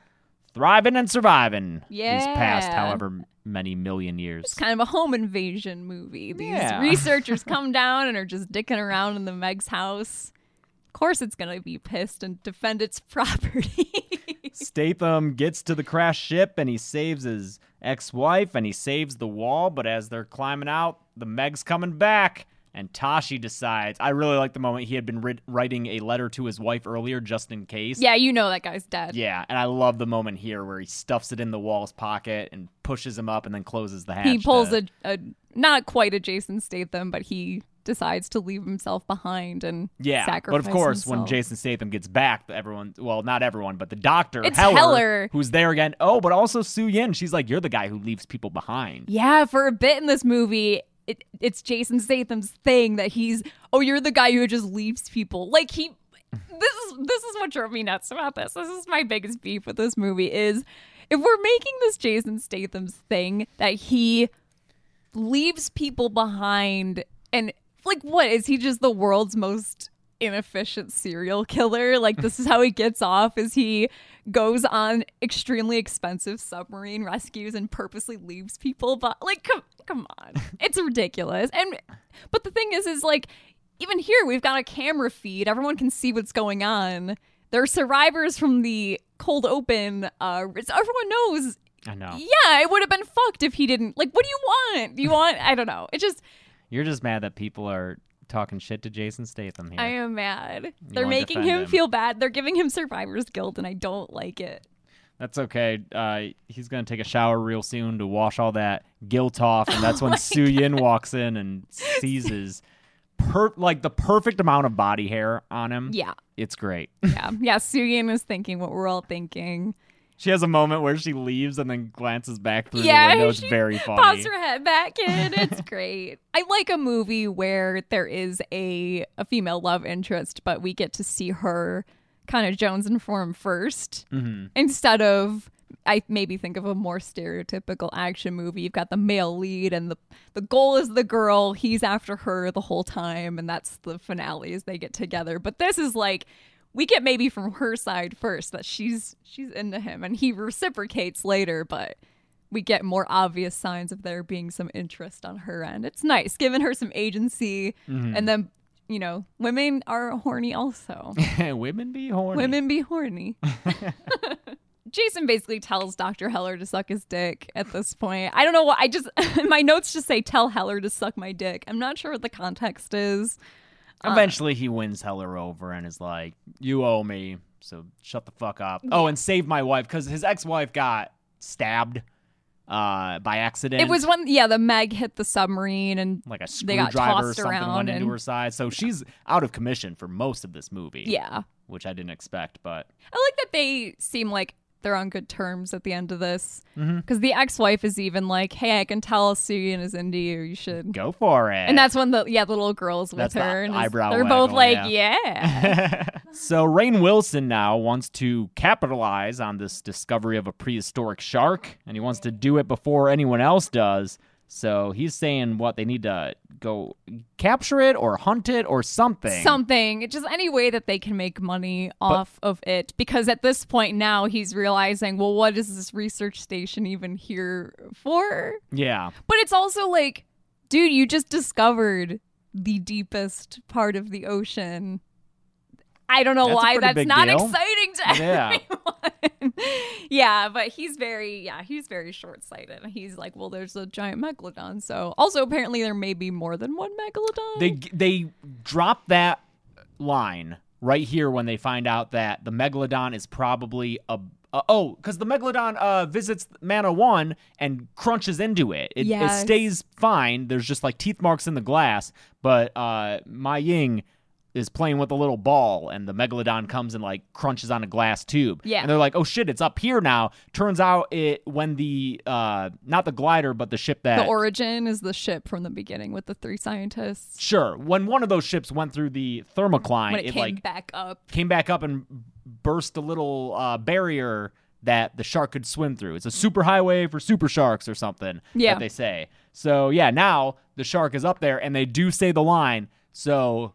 Speaker 4: thriving and surviving these past
Speaker 5: Yeah.
Speaker 4: however many million years.
Speaker 5: it's kind of a home invasion movie. These
Speaker 4: Yeah.
Speaker 5: researchers come down and are just dicking around in the Meg's house. Of course, it's going to be pissed and defend its property.
Speaker 4: Statham gets to the crash ship and he saves his ex-wife and he saves the wall, but as they're climbing out, the Meg's coming back and Tashi decides. I really like the moment he had been writ- writing a letter to his wife earlier just in case.
Speaker 5: yeah, you know that guy's dead.
Speaker 4: Yeah, and I love the moment here where he stuffs it in the wall's pocket and pushes him up and then closes the hatch.
Speaker 5: he pulls
Speaker 4: to-
Speaker 5: a, a not quite a Jason Statham, but he decides to leave himself behind and
Speaker 4: yeah,
Speaker 5: sacrifice
Speaker 4: but of course, when
Speaker 5: himself.
Speaker 4: Jason Statham gets back, the- everyone, well, not everyone, but the doctor,
Speaker 5: It's
Speaker 4: Heller,
Speaker 5: Heller.
Speaker 4: who's there again. Oh, but also Su Yin. She's like, you're the guy who leaves people behind.
Speaker 5: Yeah, for a bit in this movie, it, it's Jason Statham's thing that he's oh, you're the guy who just leaves people. Like he this is this is what drove me nuts about this. This is my biggest beef with this movie is if we're making this Jason Statham's thing that he leaves people behind and like what is he just the world's most inefficient serial killer like this is how he gets off is he goes on extremely expensive submarine rescues and purposely leaves people but like come come on it's ridiculous and but the thing is is like even here we've got a camera feed everyone can see what's going on there are survivors from the cold open uh so everyone knows
Speaker 4: I know.
Speaker 5: yeah, it would have been fucked if he didn't. Like, what do you want? Do you want? I don't know. It just,
Speaker 4: You're just mad that people are talking shit to Jason Statham here.
Speaker 5: I am mad. They're
Speaker 4: wanna
Speaker 5: making
Speaker 4: defend
Speaker 5: him,
Speaker 4: him.
Speaker 5: feel bad. They're giving him survivor's guilt, and I don't like it.
Speaker 4: that's okay. Uh, he's gonna take a shower real soon
Speaker 5: Oh
Speaker 4: to wash all that guilt off, and that's when Su Yin walks in and seizes per like the perfect amount of body hair on him.
Speaker 5: Yeah.
Speaker 4: It's great.
Speaker 5: Yeah. Yeah. Suyin is thinking what we're all thinking.
Speaker 4: she has a moment where she leaves and then glances back through
Speaker 5: yeah.
Speaker 4: the window. It's
Speaker 5: she
Speaker 4: very funny.
Speaker 5: Pops her head back in. It's great. I like a movie where there is a, a female love interest, but we get to see her kind of Jones and form 1st
Speaker 4: Mm-hmm.
Speaker 5: instead of. I maybe think of a more stereotypical action movie. You've got the male lead, and the the goal is the girl. He's after her the whole time, and that's the finale as they get together. But this is like we get maybe from her side first that she's she's into him, and he reciprocates later. But we get more obvious signs of there being some interest on her end. It's nice, giving her some agency. And then, you know, women are horny also.
Speaker 4: Women be horny.
Speaker 5: women be horny. Jason basically tells Dr. Heller to suck his dick at this point. I don't know what I just my notes just say tell Heller to suck my dick. I'm not sure what the context is. Uh,
Speaker 4: Eventually, he wins Heller over and is like, "You owe me, so shut the fuck up." Oh, and save my wife because his ex-wife got stabbed uh, by accident.
Speaker 5: It was when yeah, the Meg hit the submarine and
Speaker 4: like a
Speaker 5: they got
Speaker 4: screwdriver or
Speaker 5: tossed
Speaker 4: something
Speaker 5: around
Speaker 4: went into
Speaker 5: and-
Speaker 4: her side, so she's out of commission for most of this movie.
Speaker 5: yeah.
Speaker 4: which I didn't expect, but
Speaker 5: I like that they seem like they're on good terms at the end of this because
Speaker 4: Mm-hmm.
Speaker 5: the ex-wife is even like, "Hey, I can tell Suyin is into you. You should."
Speaker 4: go for it.
Speaker 5: And that's when the yeah the little girls with
Speaker 4: That's the
Speaker 5: her. and it's-
Speaker 4: eyebrow
Speaker 5: they're both
Speaker 4: waggle,
Speaker 5: like, "Yeah."
Speaker 4: So Rain Wilson now wants to capitalize on this discovery of a prehistoric shark, and he wants to do it before anyone else does. So he's saying what they need to go capture it or hunt it or something.
Speaker 5: Something, just any way that they can make money off of it. Because at this point now, he's realizing, well, what is this research station even here for?
Speaker 4: yeah.
Speaker 5: But it's also like, dude, you just discovered the deepest part of the ocean. I don't know
Speaker 4: That's a
Speaker 5: why
Speaker 4: pretty
Speaker 5: that's
Speaker 4: big
Speaker 5: not
Speaker 4: deal.
Speaker 5: exciting to
Speaker 4: Yeah.
Speaker 5: everyone. yeah, but he's very yeah, he's very short-sighted. He's like, well, there's a giant megalodon. So also apparently there may be more than one megalodon.
Speaker 4: They they drop that line right here when they find out that the megalodon is probably a uh, oh, because the megalodon uh, visits Mana One and crunches into it. It,
Speaker 5: Yes.
Speaker 4: it stays fine. There's just like teeth marks in the glass, but uh, Ma Ying is playing with a little ball, and the megalodon comes and like crunches on a glass tube.
Speaker 5: Yeah.
Speaker 4: and they're like, "Oh shit, it's up here now." Turns out it when the uh, not the glider, but the ship that
Speaker 5: the origin is the ship from the beginning with the three scientists.
Speaker 4: Sure. When one of those ships went through the thermocline,
Speaker 5: When it,
Speaker 4: it,
Speaker 5: came
Speaker 4: like
Speaker 5: back up.
Speaker 4: came back up and burst a little uh, barrier that the shark could swim through. It's a super highway for super sharks or something
Speaker 5: Yeah.
Speaker 4: that they say. So yeah, now the shark is up there, and they do say the line. So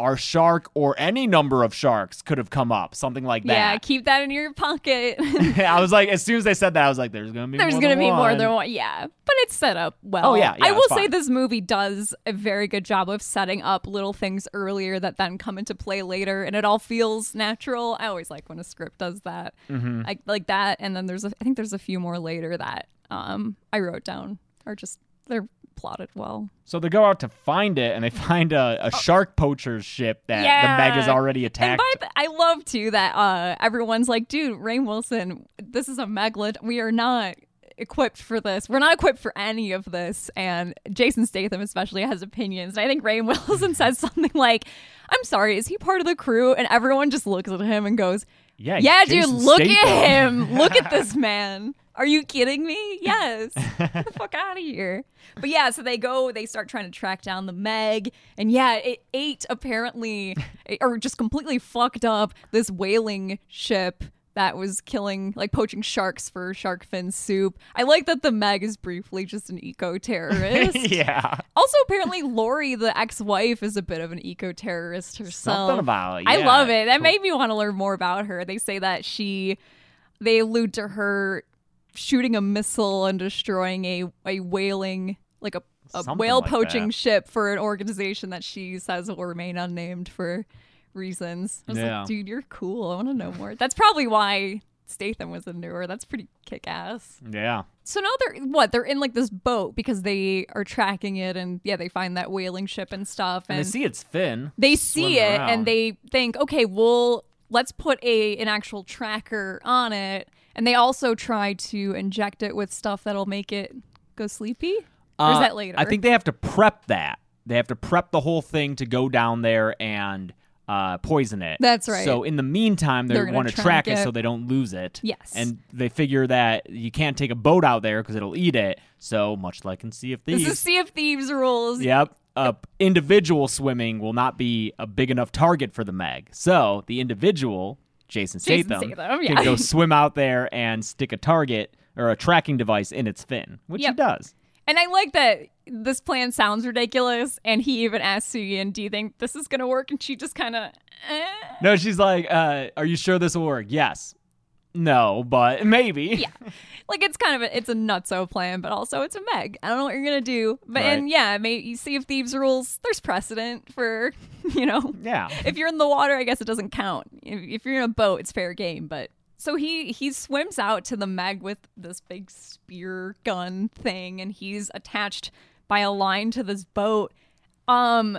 Speaker 4: our shark or any number of sharks could have come up, something like
Speaker 5: Yeah,
Speaker 4: that.
Speaker 5: keep that in your pocket.
Speaker 4: I was like, as soon as they said that, I was like, "There's gonna be
Speaker 5: There's
Speaker 4: more
Speaker 5: gonna
Speaker 4: than
Speaker 5: be more
Speaker 4: one.
Speaker 5: than one. Yeah, but it's set up
Speaker 4: Oh,
Speaker 5: well.
Speaker 4: yeah, yeah,
Speaker 5: I will
Speaker 4: it's
Speaker 5: say
Speaker 4: fine.
Speaker 5: this movie does a very good job of setting up little things earlier that then come into play later, and it all feels natural. I always like when a script does that,
Speaker 4: Mm-hmm.
Speaker 5: I, like that. And then there's a, I think there's a few more later that um I wrote down are just they're plotted well.
Speaker 4: So they go out to find it, and they find a, a shark poacher's ship that
Speaker 5: Oh. Yeah.
Speaker 4: the Meg is already
Speaker 5: And
Speaker 4: attacked.
Speaker 5: by the, I love too that uh, everyone's like, dude, Rain Wilson, this is a megalod. We are not equipped for this. We're not equipped for any of this. And Jason Statham especially has opinions. And I think Rain Wilson says something like, "I'm sorry, is he part of the crew?" And everyone just looks at him and goes,
Speaker 4: Yeah, he's
Speaker 5: yeah, dude,
Speaker 4: Jason
Speaker 5: look at
Speaker 4: Statham."
Speaker 5: him. Look at this man. Are you kidding me? Yes. Get the fuck out of here. But yeah, so they go, they start trying to track down the Meg. And yeah, it ate apparently, or just completely fucked up this whaling ship that was killing, like poaching sharks for shark fin soup. I like that the Meg is briefly just an eco terrorist.
Speaker 4: yeah.
Speaker 5: Also, apparently, Lori, the ex-wife, is a bit of an eco-terrorist herself.
Speaker 4: Something about it,
Speaker 5: I
Speaker 4: yeah.
Speaker 5: love it. That
Speaker 4: Cool.
Speaker 5: made me want to learn more about her. They say that she, they allude to her shooting a missile and destroying a a whaling like a, a
Speaker 4: Something
Speaker 5: whale
Speaker 4: like
Speaker 5: poaching
Speaker 4: that.
Speaker 5: ship for an organization that she says will remain unnamed for reasons. I was
Speaker 4: Yeah.
Speaker 5: like, dude, you're cool. I want to know more. That's probably why Statham was into her. That's pretty kick-ass.
Speaker 4: Yeah.
Speaker 5: So now they're what? They're in like this boat because they are tracking it, and yeah, they find that whaling ship and stuff, and,
Speaker 4: And they see its fin.
Speaker 5: they see it,
Speaker 4: swimming around.
Speaker 5: and they think, okay, well, let's put a an actual tracker on it, and they also try to inject it with stuff that'll make it go sleepy. or is
Speaker 4: Uh,
Speaker 5: that later?
Speaker 4: I think they have to prep that. They have to prep the whole thing to go down there and uh, poison it.
Speaker 5: That's right.
Speaker 4: So in the meantime, they
Speaker 5: They're gonna
Speaker 4: want to
Speaker 5: track
Speaker 4: track it.
Speaker 5: it.
Speaker 4: so they don't lose it.
Speaker 5: Yes.
Speaker 4: And they figure that you can't take a boat out there because it'll eat it. So much like in Sea of Thieves.
Speaker 5: This is Sea of Thieves rules.
Speaker 4: Yep. Uh, individual swimming will not be a big enough target for the Meg. So the individual, Jason
Speaker 5: Jason
Speaker 4: Statham,
Speaker 5: Statham, yeah.
Speaker 4: can go swim out there and stick a target or a tracking device in its fin, which
Speaker 5: Yep.
Speaker 4: he does.
Speaker 5: And I like that this plan sounds ridiculous. And he even asked Suyin, Do you think this is going to work? And she just kind of. Eh.
Speaker 4: No, she's like, uh, "Are you sure this will work?" Yes. No, but maybe. Yeah.
Speaker 5: Like it's kind of a, it's a nutso plan, but also it's a Meg. I don't know what you're gonna do, but
Speaker 4: Right.
Speaker 5: and yeah, may, you see if thieves rules. There's precedent for you know
Speaker 4: Yeah.
Speaker 5: if you're in the water, I guess it doesn't count. If, if you're in a boat, it's fair game. But so he he swims out to the Meg with this big spear gun thing, and he's attached by a line to this boat. Um,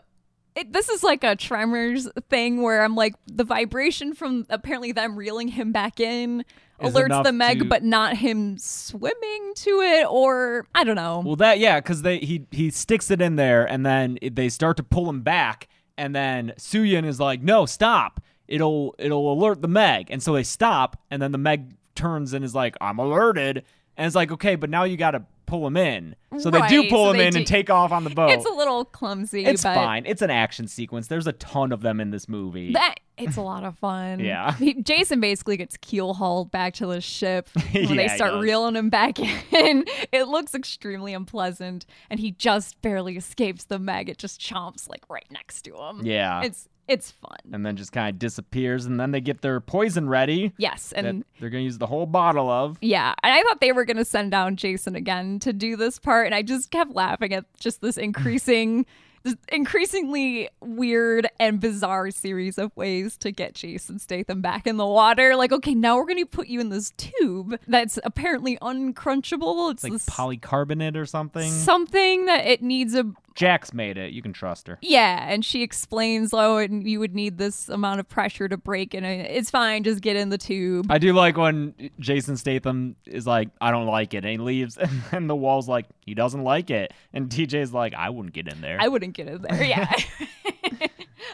Speaker 5: it, this is like a Tremors thing where I'm like the vibration from apparently them reeling him back in
Speaker 4: Is
Speaker 5: alerts
Speaker 4: enough
Speaker 5: the Meg,
Speaker 4: to-
Speaker 5: but not him swimming to it, or I don't know.
Speaker 4: Well, that yeah, because they he he sticks it in there, and then it- they start to pull him back, and then Suyin is like, "No, stop! It'll it'll alert the Meg," and so they stop, and then the Meg turns and is like, "I'm alerted," and it's like, "Okay, but now you got to pull him in." So they do
Speaker 5: Right,
Speaker 4: pull
Speaker 5: so
Speaker 4: him
Speaker 5: they
Speaker 4: in
Speaker 5: do-
Speaker 4: and take off on the boat.
Speaker 5: it's a little clumsy,
Speaker 4: It's
Speaker 5: but
Speaker 4: fine. It's an action sequence. There's a ton of them in this movie.
Speaker 5: That it's a lot of fun.
Speaker 4: Yeah.
Speaker 5: He- Jason basically gets keel hauled back to the ship when
Speaker 4: Yeah,
Speaker 5: they
Speaker 4: he
Speaker 5: start
Speaker 4: does.
Speaker 5: reeling him back in. It looks extremely unpleasant, and he just barely escapes the mag. It just chomps like right next to him.
Speaker 4: yeah.
Speaker 5: It's it's fun.
Speaker 4: and then just kind of disappears, and then they get their poison ready.
Speaker 5: Yes,
Speaker 4: that
Speaker 5: and
Speaker 4: they're gonna use the whole bottle of.
Speaker 5: Yeah, and I thought they were going to send down Jason again to do this part, and I just kept laughing at just this increasing, this increasingly weird and bizarre series of ways to get Jason Statham back in the water. Like, okay, now we're going to put you in this tube that's apparently uncrunchable. It's
Speaker 4: Like
Speaker 5: this
Speaker 4: polycarbonate or something.
Speaker 5: something that it needs a
Speaker 4: Jack's made it. You can trust her.
Speaker 5: yeah, and she explains, oh, and you would need this amount of pressure to break, and it's fine, just get in the tube.
Speaker 4: I do like when Jason Statham is like, I don't like it. And he leaves. And the wall's like, he doesn't like it. And TJ's like, I wouldn't get in there.
Speaker 5: I wouldn't get in there. Yeah.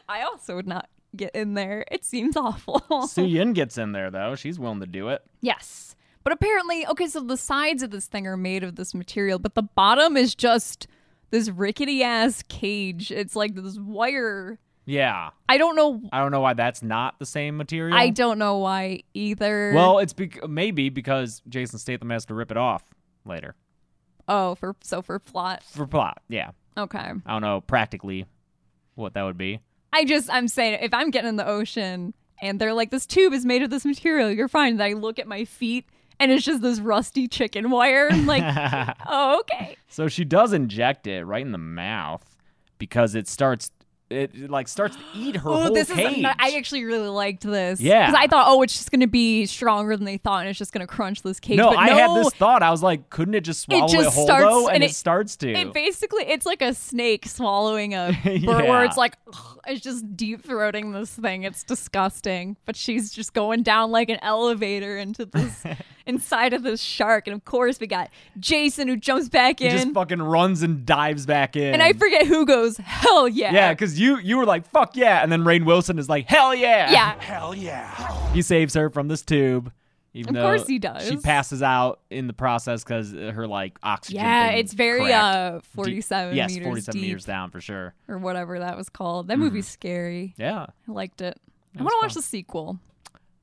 Speaker 5: I also would not get in there. It seems awful.
Speaker 4: Su Yin gets in there, though. She's willing to do it.
Speaker 5: yes. But apparently, okay, so the sides of this thing are made of this material, but the bottom is just this rickety ass cage. It's like this wire.
Speaker 4: Yeah.
Speaker 5: I don't know.
Speaker 4: I don't know why that's not the same material.
Speaker 5: I don't know why either.
Speaker 4: Well, it's bec- maybe because Jason Statham has to rip it off later
Speaker 5: oh, for so for plot.
Speaker 4: for plot. Yeah.
Speaker 5: Okay.
Speaker 4: I don't know practically what that would be.
Speaker 5: I just I'm saying if I'm getting in the ocean and they're like this tube is made of this material, you're fine. And I look at my feet and it's just this rusty chicken wire. I'm like, oh okay.
Speaker 4: So she does inject it right in the mouth because it starts. It, it, like starts to eat her
Speaker 5: Oh,
Speaker 4: whole
Speaker 5: this
Speaker 4: cage.
Speaker 5: is not- I actually really liked this.
Speaker 4: Yeah.
Speaker 5: because I thought, oh, it's just gonna be stronger than they thought, and it's just gonna crunch this cage.
Speaker 4: No,
Speaker 5: but
Speaker 4: I
Speaker 5: no,
Speaker 4: had this thought. I was like, couldn't it just swallow it,
Speaker 5: just
Speaker 4: whole
Speaker 5: starts-
Speaker 4: though? And,
Speaker 5: and
Speaker 4: it,
Speaker 5: it-
Speaker 4: starts to.
Speaker 5: It basically it's like a snake swallowing a bird where
Speaker 4: Yeah.
Speaker 5: it's like ugh, it's just deep throating this thing. It's disgusting. But she's just going down like an elevator into this inside of this shark. And of course we got Jason who jumps back
Speaker 4: He just
Speaker 5: in.
Speaker 4: fucking runs and dives back in.
Speaker 5: and I forget who goes, Hell yeah.
Speaker 4: Yeah, because you you were like, fuck yeah, and then Rain Wilson is like, hell yeah.
Speaker 5: Yeah.
Speaker 6: Hell yeah.
Speaker 4: He saves her from this tube. Even
Speaker 5: Of
Speaker 4: though
Speaker 5: course he does.
Speaker 4: She passes out in the process because her like oxygen.
Speaker 5: Yeah,
Speaker 4: thing
Speaker 5: it's very
Speaker 4: cracked.
Speaker 5: uh
Speaker 4: Deep-
Speaker 5: forty seven
Speaker 4: yes,
Speaker 5: meters
Speaker 4: 47
Speaker 5: deep
Speaker 4: meters down for sure.
Speaker 5: or whatever that was called. That movie's scary.
Speaker 4: Yeah,
Speaker 5: I liked it. I
Speaker 4: Mm-hmm. was
Speaker 5: want to watch
Speaker 4: fun.
Speaker 5: the sequel.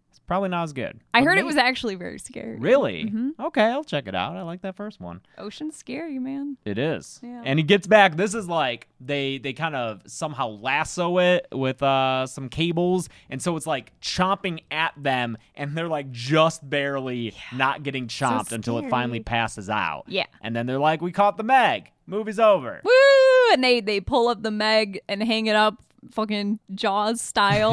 Speaker 4: it's probably not as good.
Speaker 5: I
Speaker 4: But
Speaker 5: heard it
Speaker 4: may-
Speaker 5: was actually very scary.
Speaker 4: really
Speaker 5: Mm-hmm.
Speaker 4: okay. I'll check it out. I like that first one.
Speaker 5: Ocean's scary, man.
Speaker 4: It is.
Speaker 5: Yeah.
Speaker 4: And he gets back. This is like they they kind of somehow lasso it with uh some cables and so it's like chomping at them and they're like just barely not getting chomped until it finally passes out.
Speaker 5: Yeah.
Speaker 4: And then they're like we caught the meg. Movie's over.
Speaker 5: Woo! And they they pull up the Meg and hang it up, fucking Jaws style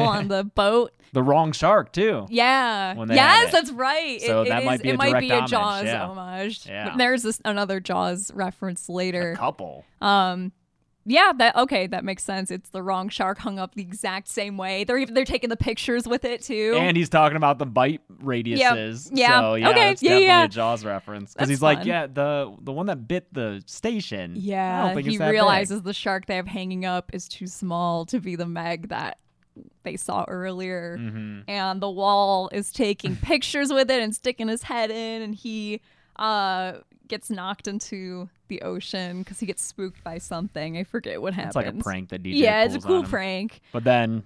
Speaker 5: on the boat.
Speaker 4: The wrong shark too.
Speaker 5: Yeah.
Speaker 4: When they have
Speaker 5: Yes,
Speaker 4: it.
Speaker 5: that's right.
Speaker 4: So
Speaker 5: it,
Speaker 4: that
Speaker 5: it
Speaker 4: might
Speaker 5: is-
Speaker 4: be
Speaker 5: it
Speaker 4: a
Speaker 5: might
Speaker 4: direct
Speaker 5: be a
Speaker 4: homage,
Speaker 5: Jaws
Speaker 4: yeah.
Speaker 5: homage.
Speaker 4: Yeah.
Speaker 5: There's this another Jaws reference later.
Speaker 4: Couple.
Speaker 5: Um, Yeah, that okay, that makes sense. It's the wrong shark hung up the exact same way. They're even they're taking the pictures with it too.
Speaker 4: And he's talking about the bite radiuses.
Speaker 5: Yeah.
Speaker 4: So, yeah,
Speaker 5: Okay.
Speaker 4: that's
Speaker 5: Yeah,
Speaker 4: definitely
Speaker 5: yeah.
Speaker 4: a Jaws reference. Because
Speaker 5: That's
Speaker 4: he's like,
Speaker 5: fun.
Speaker 4: yeah, the the one that bit the station. I
Speaker 5: yeah,
Speaker 4: don't think
Speaker 5: he
Speaker 4: it's that big."
Speaker 5: realizes the shark they have hanging up is too small to be the Meg that they saw earlier.
Speaker 4: Mm. Mm-hmm.
Speaker 5: And the wall is taking pictures with it and sticking his head in, and he uh, gets knocked into the ocean because he gets spooked by something. I forget what
Speaker 4: It's
Speaker 5: happens.
Speaker 4: like a prank that DJ
Speaker 5: Yeah, it's a
Speaker 4: pulls on
Speaker 5: cool
Speaker 4: him.
Speaker 5: prank.
Speaker 4: But then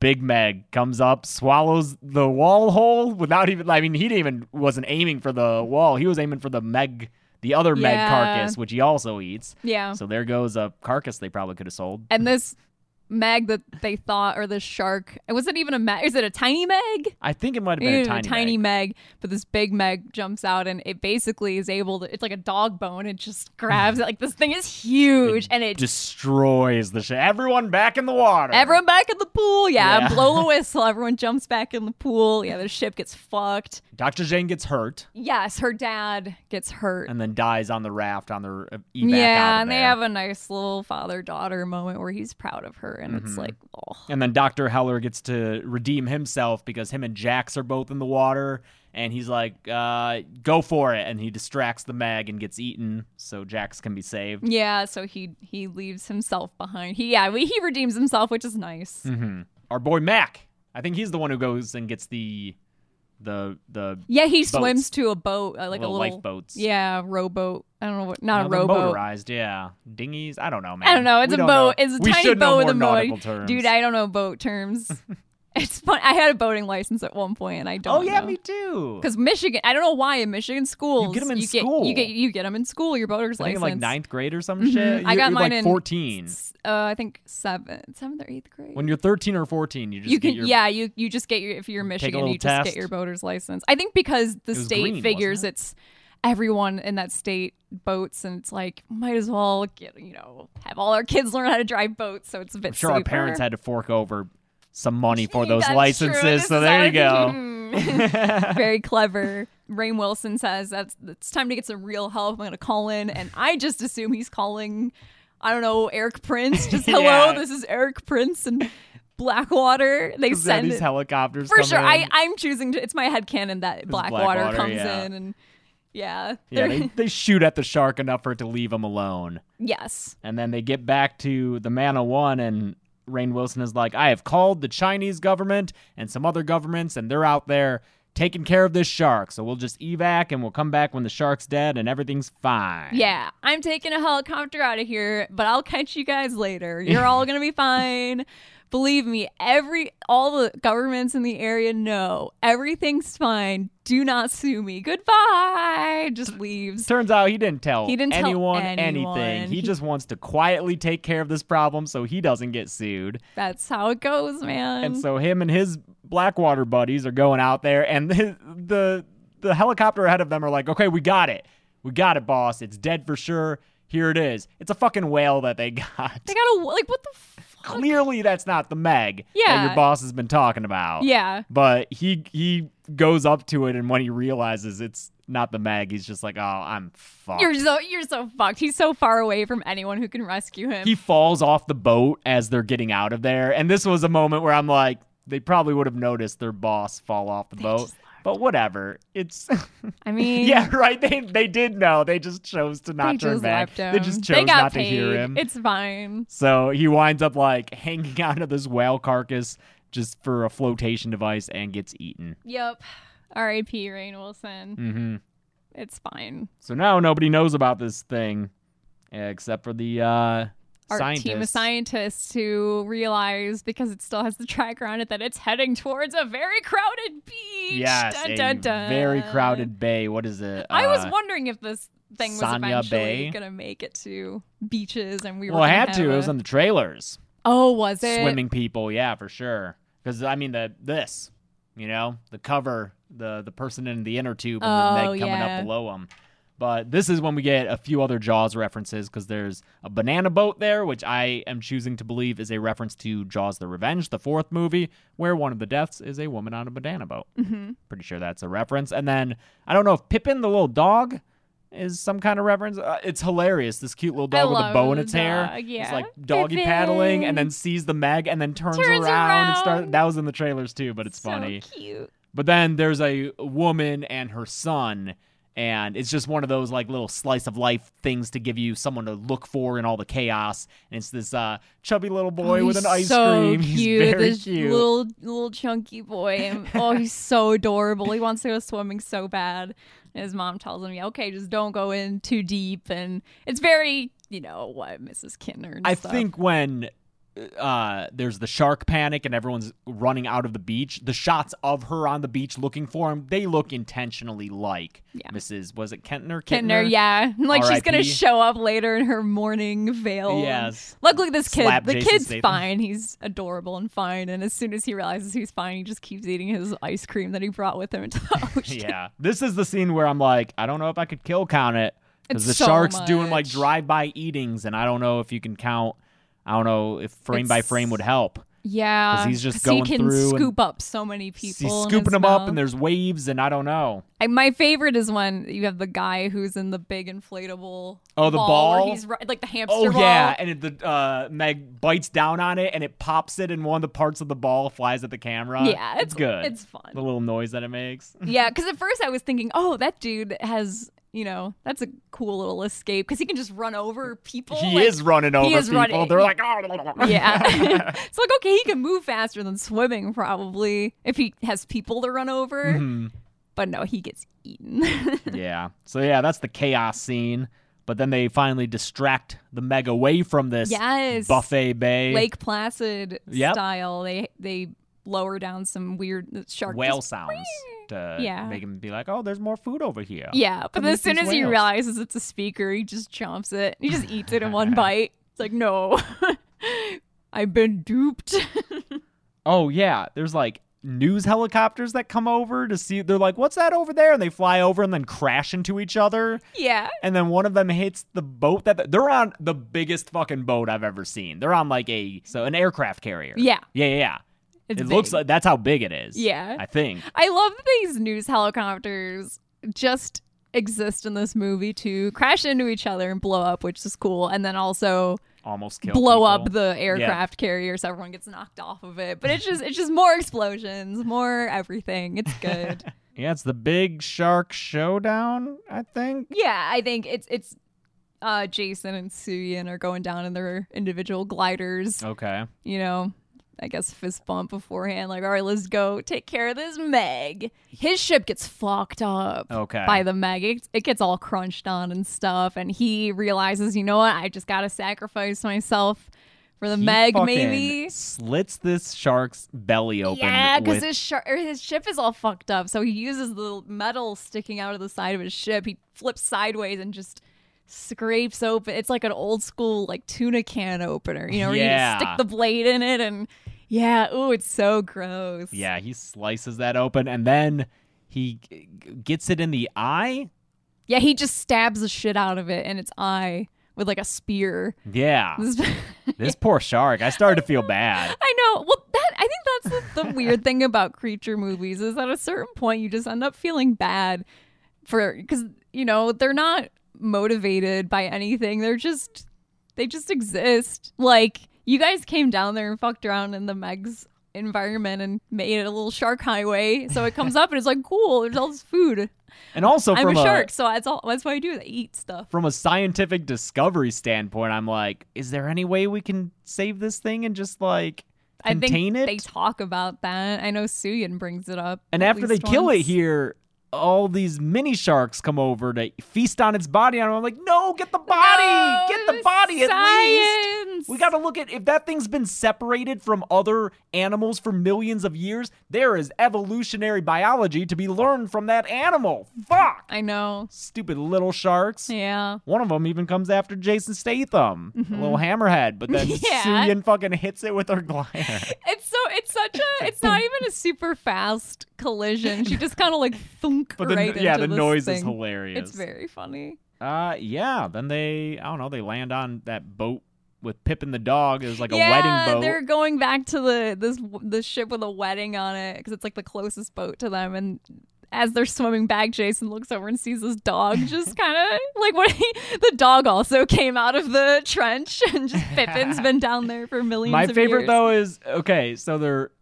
Speaker 4: Big Meg comes up, swallows the wall hole without even. I mean, he didn't even wasn't aiming for the wall. He was aiming for the Meg, the other Meg
Speaker 5: Yeah.
Speaker 4: carcass, which he also eats.
Speaker 5: Yeah.
Speaker 4: So there goes a carcass they probably could have sold.
Speaker 5: and this Meg that they thought, or this shark, it wasn't even a Meg. Is it a tiny Meg?
Speaker 4: I think it might have been
Speaker 5: It
Speaker 4: a
Speaker 5: was
Speaker 4: tiny, Meg.
Speaker 5: Meg. but this big Meg jumps out and it basically is able to. It's like a dog bone. It just grabs it. Like this thing is huge, and it just
Speaker 4: destroys the shit. Everyone back in the water.
Speaker 5: everyone back in the pool. Yeah,
Speaker 4: Yeah.
Speaker 5: blow the whistle. Everyone jumps back in the pool. Yeah, the ship gets fucked.
Speaker 4: Dr. Jane gets hurt
Speaker 5: Yes, her dad gets hurt.
Speaker 4: and then dies on the raft on their evac out
Speaker 5: yeah,
Speaker 4: of
Speaker 5: and they
Speaker 4: there.
Speaker 5: have a nice little father daughter moment where he's proud of her, and
Speaker 4: Mm-hmm.
Speaker 5: it's like, oh,
Speaker 4: And then Dr. Heller gets to redeem himself because him and Jax are both in the water. And he's like, uh, go for it. And he distracts the mag and gets eaten so Jax can be saved.
Speaker 5: Yeah, so he he leaves himself behind. He yeah, we, he redeems himself, which is nice.
Speaker 4: Mm-hmm. Our boy Mac. I think he's the one who goes and gets the the the
Speaker 5: Yeah, he
Speaker 4: Boats.
Speaker 5: swims to a boat, uh, like
Speaker 4: Little
Speaker 5: a little
Speaker 4: lifeboats.
Speaker 5: Yeah, rowboat. I don't know what, not a
Speaker 4: they're
Speaker 5: rowboat.
Speaker 4: motorized, yeah. Dinghies. I don't know, man.
Speaker 5: I don't know. It's
Speaker 4: We
Speaker 5: a
Speaker 4: don't
Speaker 5: boat.
Speaker 4: know.
Speaker 5: It's a
Speaker 4: we
Speaker 5: tiny
Speaker 4: should know
Speaker 5: boat with
Speaker 4: more
Speaker 5: a motor.
Speaker 4: nautical terms.
Speaker 5: Dude, I don't know boat terms. it's fun. I had a boating license at one point, and I don't.
Speaker 4: Oh yeah,
Speaker 5: know.
Speaker 4: me too.
Speaker 5: Because Michigan, I don't know why in Michigan schools
Speaker 4: get 'em in
Speaker 5: you
Speaker 4: school.
Speaker 5: Get, you get you get them in school. Your boater's
Speaker 4: I think in
Speaker 5: license. Mm-hmm.
Speaker 4: like ninth grade or some shit.
Speaker 5: I
Speaker 4: You're-
Speaker 5: got
Speaker 4: you're,
Speaker 5: mine
Speaker 4: like
Speaker 5: in
Speaker 4: 14.
Speaker 5: s- Uh, I think seventh, seventh or eighth grade.
Speaker 4: When you're 13 or 14, you just
Speaker 5: you
Speaker 4: get
Speaker 5: can
Speaker 4: your
Speaker 5: yeah you you just get your if you're michigan
Speaker 4: little
Speaker 5: you
Speaker 4: test.
Speaker 5: just get your boater's license i think because the
Speaker 4: was
Speaker 5: state
Speaker 4: green, wasn't
Speaker 5: figures
Speaker 4: it?
Speaker 5: it's everyone in that state boats and it's like might as well get you know have all our kids learn how to drive boats so it's a bit
Speaker 4: I'm sure our parents had to fork over some money for those
Speaker 5: That's true.
Speaker 4: licenses.
Speaker 5: This
Speaker 4: So
Speaker 5: is
Speaker 4: there you
Speaker 5: our-
Speaker 4: go.
Speaker 5: very clever rain wilson says that's it's time to get some real help i'm gonna call in and i just assume he's calling i don't know eric prince just hello
Speaker 4: Yeah.
Speaker 5: this is eric prince and blackwater they
Speaker 4: Is that
Speaker 5: send
Speaker 4: these helicopters
Speaker 5: for
Speaker 4: come
Speaker 5: sure.
Speaker 4: in?
Speaker 5: I I'm choosing to. It's my head canon that Blackwater,
Speaker 4: Blackwater,
Speaker 5: comes
Speaker 4: yeah.
Speaker 5: in and yeah,
Speaker 4: yeah,
Speaker 5: they're-
Speaker 4: they, they shoot at the shark enough for it to leave him alone,
Speaker 5: yes,
Speaker 4: and then they get back to the Man of One, and Rain Wilson is like, "I have called the Chinese government and some other governments, and they're out there." Taking care of this shark, so we'll just evac and we'll come back when the shark's dead and everything's fine.
Speaker 5: yeah. I'm taking a helicopter out of here, but I'll catch you guys later. You're all gonna be fine. Believe me, every all the governments in the area know everything's fine. Do not sue me. Goodbye. Just leaves.
Speaker 4: Turns out he didn't tell
Speaker 5: He didn't tell
Speaker 4: anyone
Speaker 5: anyone.
Speaker 4: anything. He
Speaker 5: He-
Speaker 4: just wants to quietly take care of this problem so he doesn't get sued.
Speaker 5: That's how it goes, man.
Speaker 4: And so him and his Blackwater buddies are going out there, and the the, the helicopter ahead of them are like, "Okay, we got it, we got it, boss. It's dead for sure. Here it is. It's a fucking whale that they got.
Speaker 5: they gotta like what the fuck?
Speaker 4: Clearly, that's not the Meg that
Speaker 5: Yeah.
Speaker 4: your boss has been talking about.
Speaker 5: Yeah.
Speaker 4: But he he goes up to it, and when he realizes it's not the Meg, he's just like, "Oh, I'm fucked."
Speaker 5: You're so you're so fucked. He's so far away from anyone who can rescue him.
Speaker 4: he falls off the boat as they're getting out of there. And this was a moment where I'm like, they probably would have noticed their boss fall off the boat. But whatever. It's
Speaker 5: I mean,
Speaker 4: Yeah, right. They they did know. They just chose to not
Speaker 5: they
Speaker 4: turn
Speaker 5: just
Speaker 4: back.
Speaker 5: left
Speaker 4: They
Speaker 5: him.
Speaker 4: just chose
Speaker 5: They got
Speaker 4: not
Speaker 5: paid.
Speaker 4: to hear him.
Speaker 5: It's fine.
Speaker 4: so he winds up like hanging onto this whale carcass just for a flotation device and gets eaten.
Speaker 5: Yep. R.I.P. Rain Wilson.
Speaker 4: hmm
Speaker 5: It's fine.
Speaker 4: So now nobody knows about this thing except for the uh
Speaker 5: Our team of
Speaker 4: scientists.
Speaker 5: scientists who realize because it still has the tracker on it that it's heading towards a very crowded beach.
Speaker 4: Yes,
Speaker 5: Dun,
Speaker 4: a
Speaker 5: dun, dun.
Speaker 4: very crowded bay. What is it?
Speaker 5: I was
Speaker 4: Uh,
Speaker 5: wondering if this thing was
Speaker 4: Sanya Bay?
Speaker 5: eventually going to make it to beaches, and we were.
Speaker 4: Well, it
Speaker 5: gonna
Speaker 4: had
Speaker 5: have
Speaker 4: to. It
Speaker 5: a-
Speaker 4: was on the trailers.
Speaker 5: oh, was it
Speaker 4: Swimming people, yeah, for sure. Because I mean, the this, you know, the cover, the the person in the inner tube, and
Speaker 5: Oh,
Speaker 4: the Meg coming
Speaker 5: yeah.
Speaker 4: up below them. But this is when we get a few other Jaws references because there's a banana boat there, which I am choosing to believe is a reference to Jaws: The Revenge, the fourth movie, where one of the deaths is a woman on a banana boat. Mm-hmm. Pretty sure that's a reference. And then I don't know if Pippin, the little dog, is some kind of reference. Uh, it's hilarious. This cute little dog with a
Speaker 5: love
Speaker 4: bow in
Speaker 5: the
Speaker 4: its hair
Speaker 5: dog,
Speaker 4: is
Speaker 5: yeah.
Speaker 4: like doggy paddling and then
Speaker 5: Pippin.
Speaker 4: sees the Meg and then turns,
Speaker 5: Turns
Speaker 4: and starts.
Speaker 5: around.
Speaker 4: That was in the trailers too, but it's
Speaker 5: so
Speaker 4: funny.
Speaker 5: cute.
Speaker 4: But then there's a woman and her son, and it's just one of those like little slice of life things to give you someone to look for in all the chaos. And it's this uh, chubby little boy
Speaker 5: Oh,
Speaker 4: with an
Speaker 5: he's
Speaker 4: ice
Speaker 5: so
Speaker 4: cream.
Speaker 5: Cute.
Speaker 4: He's very
Speaker 5: this
Speaker 4: cute.
Speaker 5: Little little chunky boy. And- oh, he's so adorable. He wants to go swimming so bad. And his mom tells him, "Yeah, okay, just don't go in too deep." And it's very, you know, what Mrs. Kinner. and
Speaker 4: I
Speaker 5: stuff.
Speaker 4: think when uh, there's the shark panic and everyone's running out of the beach, the shots of her on the beach looking for him, they look intentionally like
Speaker 5: Yeah.
Speaker 4: Mrs. Was it Kentner?
Speaker 5: Kintner, yeah. Like she's gonna
Speaker 4: R.I.P..
Speaker 5: show up later in her mourning veil. and-
Speaker 4: Yes.
Speaker 5: Luckily, this kid,
Speaker 4: Slap
Speaker 5: the
Speaker 4: Jason
Speaker 5: kid's
Speaker 4: Statham.
Speaker 5: fine. He's adorable and fine. And as soon as he realizes he's fine, he just keeps eating his ice cream that he brought with him oh, into the ocean.
Speaker 4: Yeah. This is the scene where I'm like, I don't know if I could kill count it because
Speaker 5: It's
Speaker 4: the
Speaker 5: so
Speaker 4: shark's doing like
Speaker 5: much.
Speaker 4: drive-by eatings, and I don't know if you can count. I don't know if frame by
Speaker 5: It's-
Speaker 4: frame would help.
Speaker 5: Yeah,
Speaker 4: 'Cause he's just
Speaker 5: he
Speaker 4: going
Speaker 5: can
Speaker 4: through and-
Speaker 5: scoop up so many people.
Speaker 4: He's
Speaker 5: in
Speaker 4: scooping
Speaker 5: his
Speaker 4: them up,
Speaker 5: mouth.
Speaker 4: and there's waves, and I don't know.
Speaker 5: I, my favorite is when you have the guy who's in the big inflatable.
Speaker 4: Oh, the
Speaker 5: where
Speaker 4: ball?
Speaker 5: He's ri- like the hamster.
Speaker 4: Oh
Speaker 5: ball.
Speaker 4: yeah, and it, the uh, Meg bites down on it, and it pops it, and one of the parts of the ball flies at the camera.
Speaker 5: Yeah,
Speaker 4: it's,
Speaker 5: it's-
Speaker 4: good.
Speaker 5: it's fun.
Speaker 4: The little noise that it makes.
Speaker 5: Yeah, because at first I was thinking, oh, that dude has, you know, that's a cool little escape because he can just run over people.
Speaker 4: he
Speaker 5: like-
Speaker 4: is running over
Speaker 5: is
Speaker 4: people.
Speaker 5: running-
Speaker 4: They're
Speaker 5: he-
Speaker 4: like, oh,
Speaker 5: Yeah. it's like, okay, he can move faster than swimming, probably, if he has people to run over.
Speaker 4: Mm-hmm.
Speaker 5: But no, he gets eaten.
Speaker 4: yeah. So yeah, that's the chaos scene. But then they finally distract the Meg away from this
Speaker 5: Yes.
Speaker 4: buffet bay
Speaker 5: Lake Placid
Speaker 4: Yep.
Speaker 5: style. They they lower down some weird shark.
Speaker 4: whale
Speaker 5: just-
Speaker 4: sounds to
Speaker 5: Yeah.
Speaker 4: make him be like, oh, there's more food over here.
Speaker 5: Yeah, but
Speaker 4: Come
Speaker 5: as
Speaker 4: eat
Speaker 5: soon
Speaker 4: these
Speaker 5: as he
Speaker 4: whales.
Speaker 5: realizes it's a speaker, he just chomps it. He just eats it in one bite. It's like, no, I've been duped.
Speaker 4: Oh yeah, there's like news helicopters that come over to see. They're like, what's that over there? And they fly over and then crash into each other.
Speaker 5: yeah.
Speaker 4: and then one of them hits the boat that they're on the biggest fucking boat I've ever seen. They're on like a so an aircraft carrier.
Speaker 5: Yeah.
Speaker 4: Yeah, yeah. yeah.
Speaker 5: It's
Speaker 4: it looks
Speaker 5: big.
Speaker 4: like that's how big it is.
Speaker 5: Yeah.
Speaker 4: I think.
Speaker 5: I love that these news helicopters just exist in this movie to crash into each other and blow up, which is cool. And then also
Speaker 4: Almost kill
Speaker 5: blow
Speaker 4: people.
Speaker 5: up the aircraft carrier so everyone gets knocked off of it. But it's just it's just more explosions, more everything. It's good.
Speaker 4: Yeah, it's the big shark showdown, I think.
Speaker 5: yeah, I think it's it's uh Jason and Suyin are going down in their individual gliders,
Speaker 4: Okay.
Speaker 5: you know. I guess fist bump beforehand, like, all right, let's go take care of this Meg. His ship gets fucked up.
Speaker 4: Okay.
Speaker 5: by the Meg. It, it gets all crunched on and stuff, and he realizes, you know what? I just gotta sacrifice myself for the
Speaker 4: He
Speaker 5: Meg,
Speaker 4: fucking
Speaker 5: maybe.
Speaker 4: slits this shark's belly open.
Speaker 5: Yeah, because
Speaker 4: with-
Speaker 5: his shar or his ship is all fucked up, so he uses the metal sticking out of the side of his ship. He flips sideways and just scrapes open. It's like an old school like tuna can opener, you know,
Speaker 4: Yeah.
Speaker 5: where you stick the blade in it and. Yeah, ooh, it's so gross.
Speaker 4: yeah, he slices that open and then he g- g- gets it in the eye.
Speaker 5: Yeah, he just stabs the shit out of it in its eye with like a spear.
Speaker 4: Yeah.
Speaker 5: This-
Speaker 4: this poor shark. I started to feel bad.
Speaker 5: I know. Well, that I think that's the, the weird thing about creature movies is at a certain point you just end up feeling bad for because you know they're not motivated by anything. They're just they just exist. Like you guys came down there and fucked around in the Meg's environment and made it a little shark highway. So it comes up and it's like cool. There's all this food.
Speaker 4: And also
Speaker 5: I'm
Speaker 4: from
Speaker 5: a shark, so that's all. That's what I do. is I eat stuff.
Speaker 4: from a scientific discovery standpoint, I'm like, is there any way we can save this thing and just like
Speaker 5: I
Speaker 4: contain
Speaker 5: think
Speaker 4: it?
Speaker 5: they talk about that. I know Suyin brings it up.
Speaker 4: and
Speaker 5: at
Speaker 4: after they
Speaker 5: least
Speaker 4: kill it
Speaker 5: once.
Speaker 4: here, all these mini sharks come over to feast on its body. And I'm like, no, get the body,
Speaker 5: No,
Speaker 4: get the body at least.
Speaker 5: science!
Speaker 4: We got to look at if that thing's been separated from other animals for millions of years, there is evolutionary biology to be learned from that animal. Fuck.
Speaker 5: I know.
Speaker 4: Stupid little sharks.
Speaker 5: Yeah.
Speaker 4: One of them even comes after Jason Statham, a little hammerhead, but then
Speaker 5: Mm-hmm. Yeah.
Speaker 4: Suyin fucking hits it with her glider.
Speaker 5: It's so it's such a it's not even a super fast collision. She just kind of like thunk
Speaker 4: But the,
Speaker 5: right
Speaker 4: yeah,
Speaker 5: into
Speaker 4: the
Speaker 5: this
Speaker 4: noise is
Speaker 5: thing.
Speaker 4: hilarious.
Speaker 5: It's very funny.
Speaker 4: uh, yeah. Then they, I don't know, they land on that boat with Pip and the dog. It was like
Speaker 5: yeah,
Speaker 4: a wedding boat.
Speaker 5: they're going back to the this this ship with a wedding on it because it's like the closest boat to them, and as they're swimming back, Jason looks over and sees this dog just kind of like what he, the dog also came out of the trench and just Pippin's been down there for millions.
Speaker 4: My
Speaker 5: of
Speaker 4: favorite
Speaker 5: years.
Speaker 4: though is okay, so they're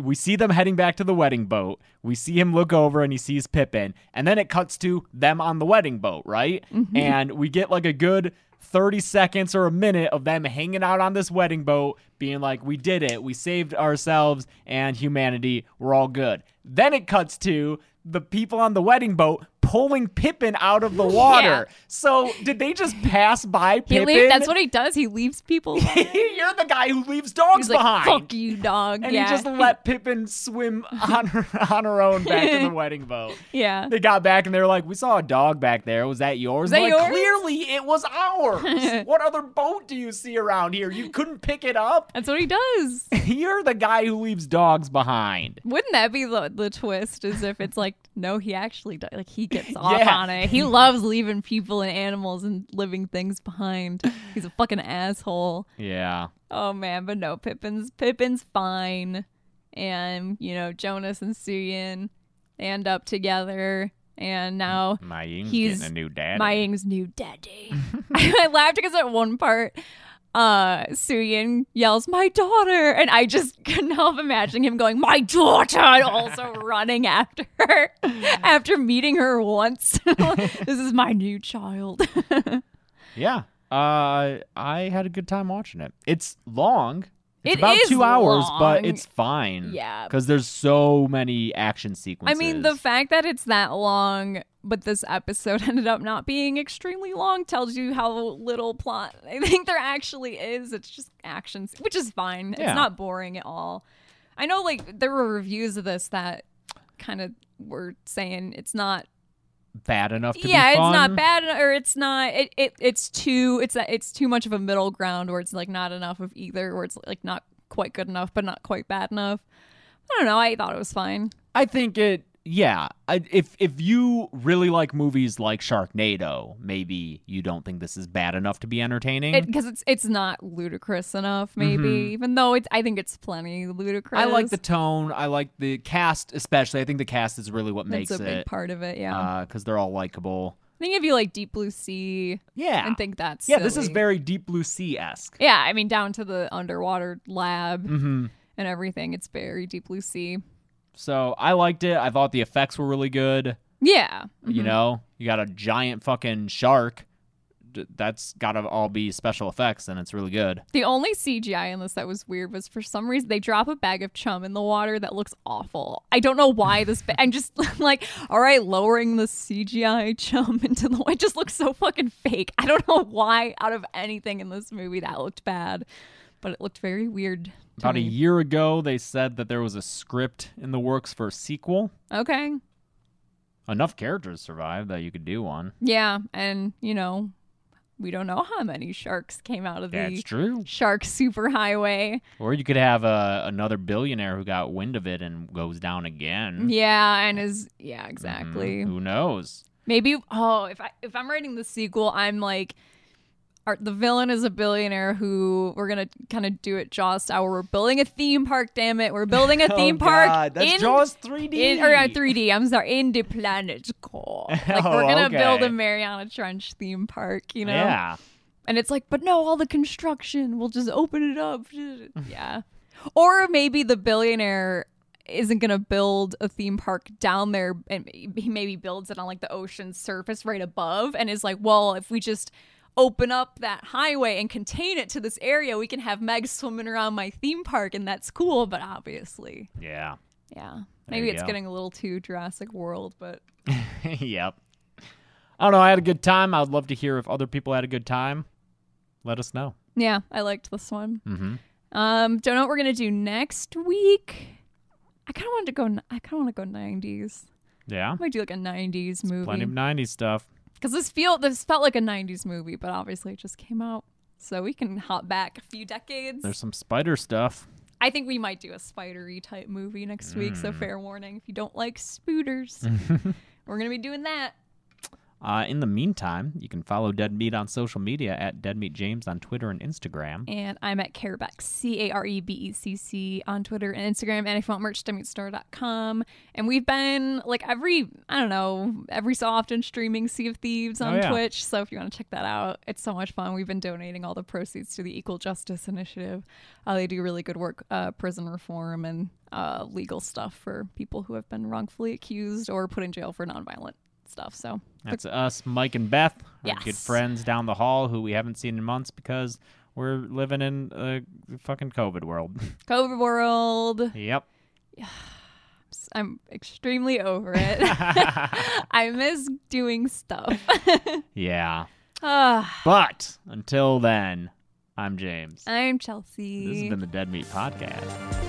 Speaker 4: we see them heading back to the wedding boat. We see him look over and he sees Pippin, and then it cuts to them on the wedding boat, right?
Speaker 5: Mm-hmm.
Speaker 4: And we get like a good 30 seconds or a minute of them hanging out on this wedding boat, being like, We did it, we saved ourselves and humanity, we're all good. Then it cuts to the people on the wedding boat pulling Pippin out of the water. So did they just pass by
Speaker 5: He
Speaker 4: Pippin?
Speaker 5: leave- that's what he does. He leaves people. He's
Speaker 4: You're the guy who leaves dogs
Speaker 5: like,
Speaker 4: behind.
Speaker 5: "Fuck you, dog."
Speaker 4: And
Speaker 5: yeah,
Speaker 4: he just let Pippin swim on her on her own back to the wedding boat.
Speaker 5: yeah.
Speaker 4: They got back and they were like, "We saw a dog back there. Was that yours?"
Speaker 5: Was that
Speaker 4: We're like,
Speaker 5: yours?
Speaker 4: Clearly, it was ours. what other boat do you see around here? You couldn't pick it up.
Speaker 5: That's what he does.
Speaker 4: You're the guy who leaves dogs behind.
Speaker 5: Wouldn't that be the, the twist? Is if it's like, no, he actually does. Like he gets off
Speaker 4: Yeah.
Speaker 5: on it. He loves leaving people and animals and living things behind. He's a fucking asshole.
Speaker 4: Yeah.
Speaker 5: Oh man, but no, Pippin's Pippin's fine, and you know Jonas and Suyin they end up together, and now
Speaker 4: My Ying's
Speaker 5: He's-
Speaker 4: getting a new dad.
Speaker 5: my Ying's new daddy. I laughed because at one part, uh, Suyin yells, "My daughter!" and I just couldn't help imagining him going, "My daughter!" and also running after her after meeting her once. this is my new child.
Speaker 4: Yeah. Uh, I had a good time watching it. It's long. It's
Speaker 5: It
Speaker 4: about
Speaker 5: is
Speaker 4: two hours, but
Speaker 5: long.
Speaker 4: it's fine.
Speaker 5: Yeah.
Speaker 4: Because there's so many action
Speaker 5: I
Speaker 4: sequences.
Speaker 5: mean, the fact that it's that long, but this episode ended up not being extremely long tells you how little plot I think there actually is. It's just actions, which is fine.
Speaker 4: Yeah.
Speaker 5: It's not boring at all. I know, like, there were reviews of this that kind of were saying it's not
Speaker 4: bad enough to
Speaker 5: yeah
Speaker 4: be
Speaker 5: it's
Speaker 4: fun.
Speaker 5: not bad or it's not it, it it's too it's it's too much of a middle ground where it's like not enough of either where it's like not quite good enough but not quite bad enough i don't know i thought it was fine
Speaker 4: I think it. Yeah, I, if if you really like movies like Sharknado, maybe you don't think this is bad enough to be entertaining.
Speaker 5: because it's it's not ludicrous enough maybe even though it's i think it's plenty ludicrous
Speaker 4: Mm-hmm. I like the tone. I like the cast, especially. I think the cast is really what makes
Speaker 5: that's a big
Speaker 4: it uh,
Speaker 5: part of it yeah
Speaker 4: because they're all likable.
Speaker 5: i think if you like deep blue sea
Speaker 4: Yeah,
Speaker 5: and think that's
Speaker 4: yeah. This is
Speaker 5: silly.
Speaker 4: very Deep Blue Sea esque.
Speaker 5: yeah i mean down to the underwater lab
Speaker 4: hmm
Speaker 5: and everything it's very deep blue sea
Speaker 4: So I liked it. I thought the effects were really good.
Speaker 5: yeah
Speaker 4: You know, you got a giant fucking shark. D- That's gotta all be special effects, and it's really good.
Speaker 5: the only cgi in this that was weird was for some reason they drop a bag of chum in the water that looks awful i don't know why this ba- i'm just like all right lowering the cgi chum into the it just looks so fucking fake i don't know why out of anything in this movie that looked bad but it looked very weird to
Speaker 4: About a
Speaker 5: me.
Speaker 4: year ago, they said that there was a script in the works for a sequel.
Speaker 5: okay
Speaker 4: Enough characters survived that you could do one.
Speaker 5: yeah and you know we don't know how many sharks came out of the
Speaker 4: That's true.
Speaker 5: shark superhighway
Speaker 4: Or you could have uh, another billionaire who got wind of it and goes down again.
Speaker 5: yeah and is yeah
Speaker 4: Mhm.
Speaker 5: exactly
Speaker 4: Who knows?
Speaker 5: Maybe oh, if I if I'm writing the sequel, I'm like are, the villain is a billionaire who we're gonna kind of do it Jaws style. We're building a theme park, damn it! We're building
Speaker 4: Oh,
Speaker 5: a theme park in
Speaker 4: 3D.
Speaker 5: in or uh, 3D. I'm sorry, in the planet's core. Like
Speaker 4: Oh,
Speaker 5: we're gonna
Speaker 4: okay.
Speaker 5: build a Mariana Trench theme park, you know?
Speaker 4: Yeah.
Speaker 5: And it's like, but no, all the construction. We'll just open it up. yeah. Or maybe the billionaire isn't going to build a theme park down there and he maybe builds it on like the ocean surface right above and is like, well, if we just open up that highway and contain it to this area, we can have Meg swimming around my theme park and that's cool, but obviously.
Speaker 4: Yeah.
Speaker 5: Yeah.
Speaker 4: There
Speaker 5: Maybe
Speaker 4: you
Speaker 5: it's
Speaker 4: go.
Speaker 5: getting a little too Jurassic World, but
Speaker 4: yep. I don't know. I had a good time. I would love to hear if other people had a good time. Let us know.
Speaker 5: yeah, I liked this one.
Speaker 4: Mm-hmm.
Speaker 5: Um, don't know what we're gonna do next week. I kind of wanted to go. n- I kind of want to go nineties.
Speaker 4: Yeah.
Speaker 5: I might do like a nineties
Speaker 4: Plenty of
Speaker 5: movie
Speaker 4: 90s stuff.
Speaker 5: because this feel this felt like a nineties movie, but obviously it just came out, so we can hop back a few decades.
Speaker 4: There's some spider stuff.
Speaker 5: I think we might do a spidery type movie next
Speaker 4: Hmm.
Speaker 5: week. So fair warning, if you don't like spooters, we're gonna be doing that.
Speaker 4: Uh, in the meantime, you can follow Dead Meat on social media at Dead Meat James on Twitter and Instagram.
Speaker 5: And I'm at Carebeck, C A R E B E C C, on Twitter and Instagram. And if you want merch, dummystore.com. And we've been like every, I don't know, every so often streaming Sea of Thieves on
Speaker 4: Oh, yeah.
Speaker 5: Twitch. So if you want to check that out, it's so much fun. We've been donating all the proceeds to the Equal Justice Initiative. Uh, they do really good work, uh, prison reform and uh, legal stuff for people who have been wrongfully accused or put in jail for nonviolent stuff. So
Speaker 4: That's us, Mike and Beth, our good
Speaker 5: Yes.
Speaker 4: friends down the hall who we haven't seen in months because we're living in a fucking COVID world.
Speaker 5: COVID world.
Speaker 4: yep.
Speaker 5: I'm extremely over it. I miss doing stuff.
Speaker 4: Yeah.
Speaker 5: Ah,
Speaker 4: But until then, I'm James.
Speaker 5: I'm
Speaker 4: This has
Speaker 5: Chelsea.
Speaker 4: been the Dead Meat Podcast.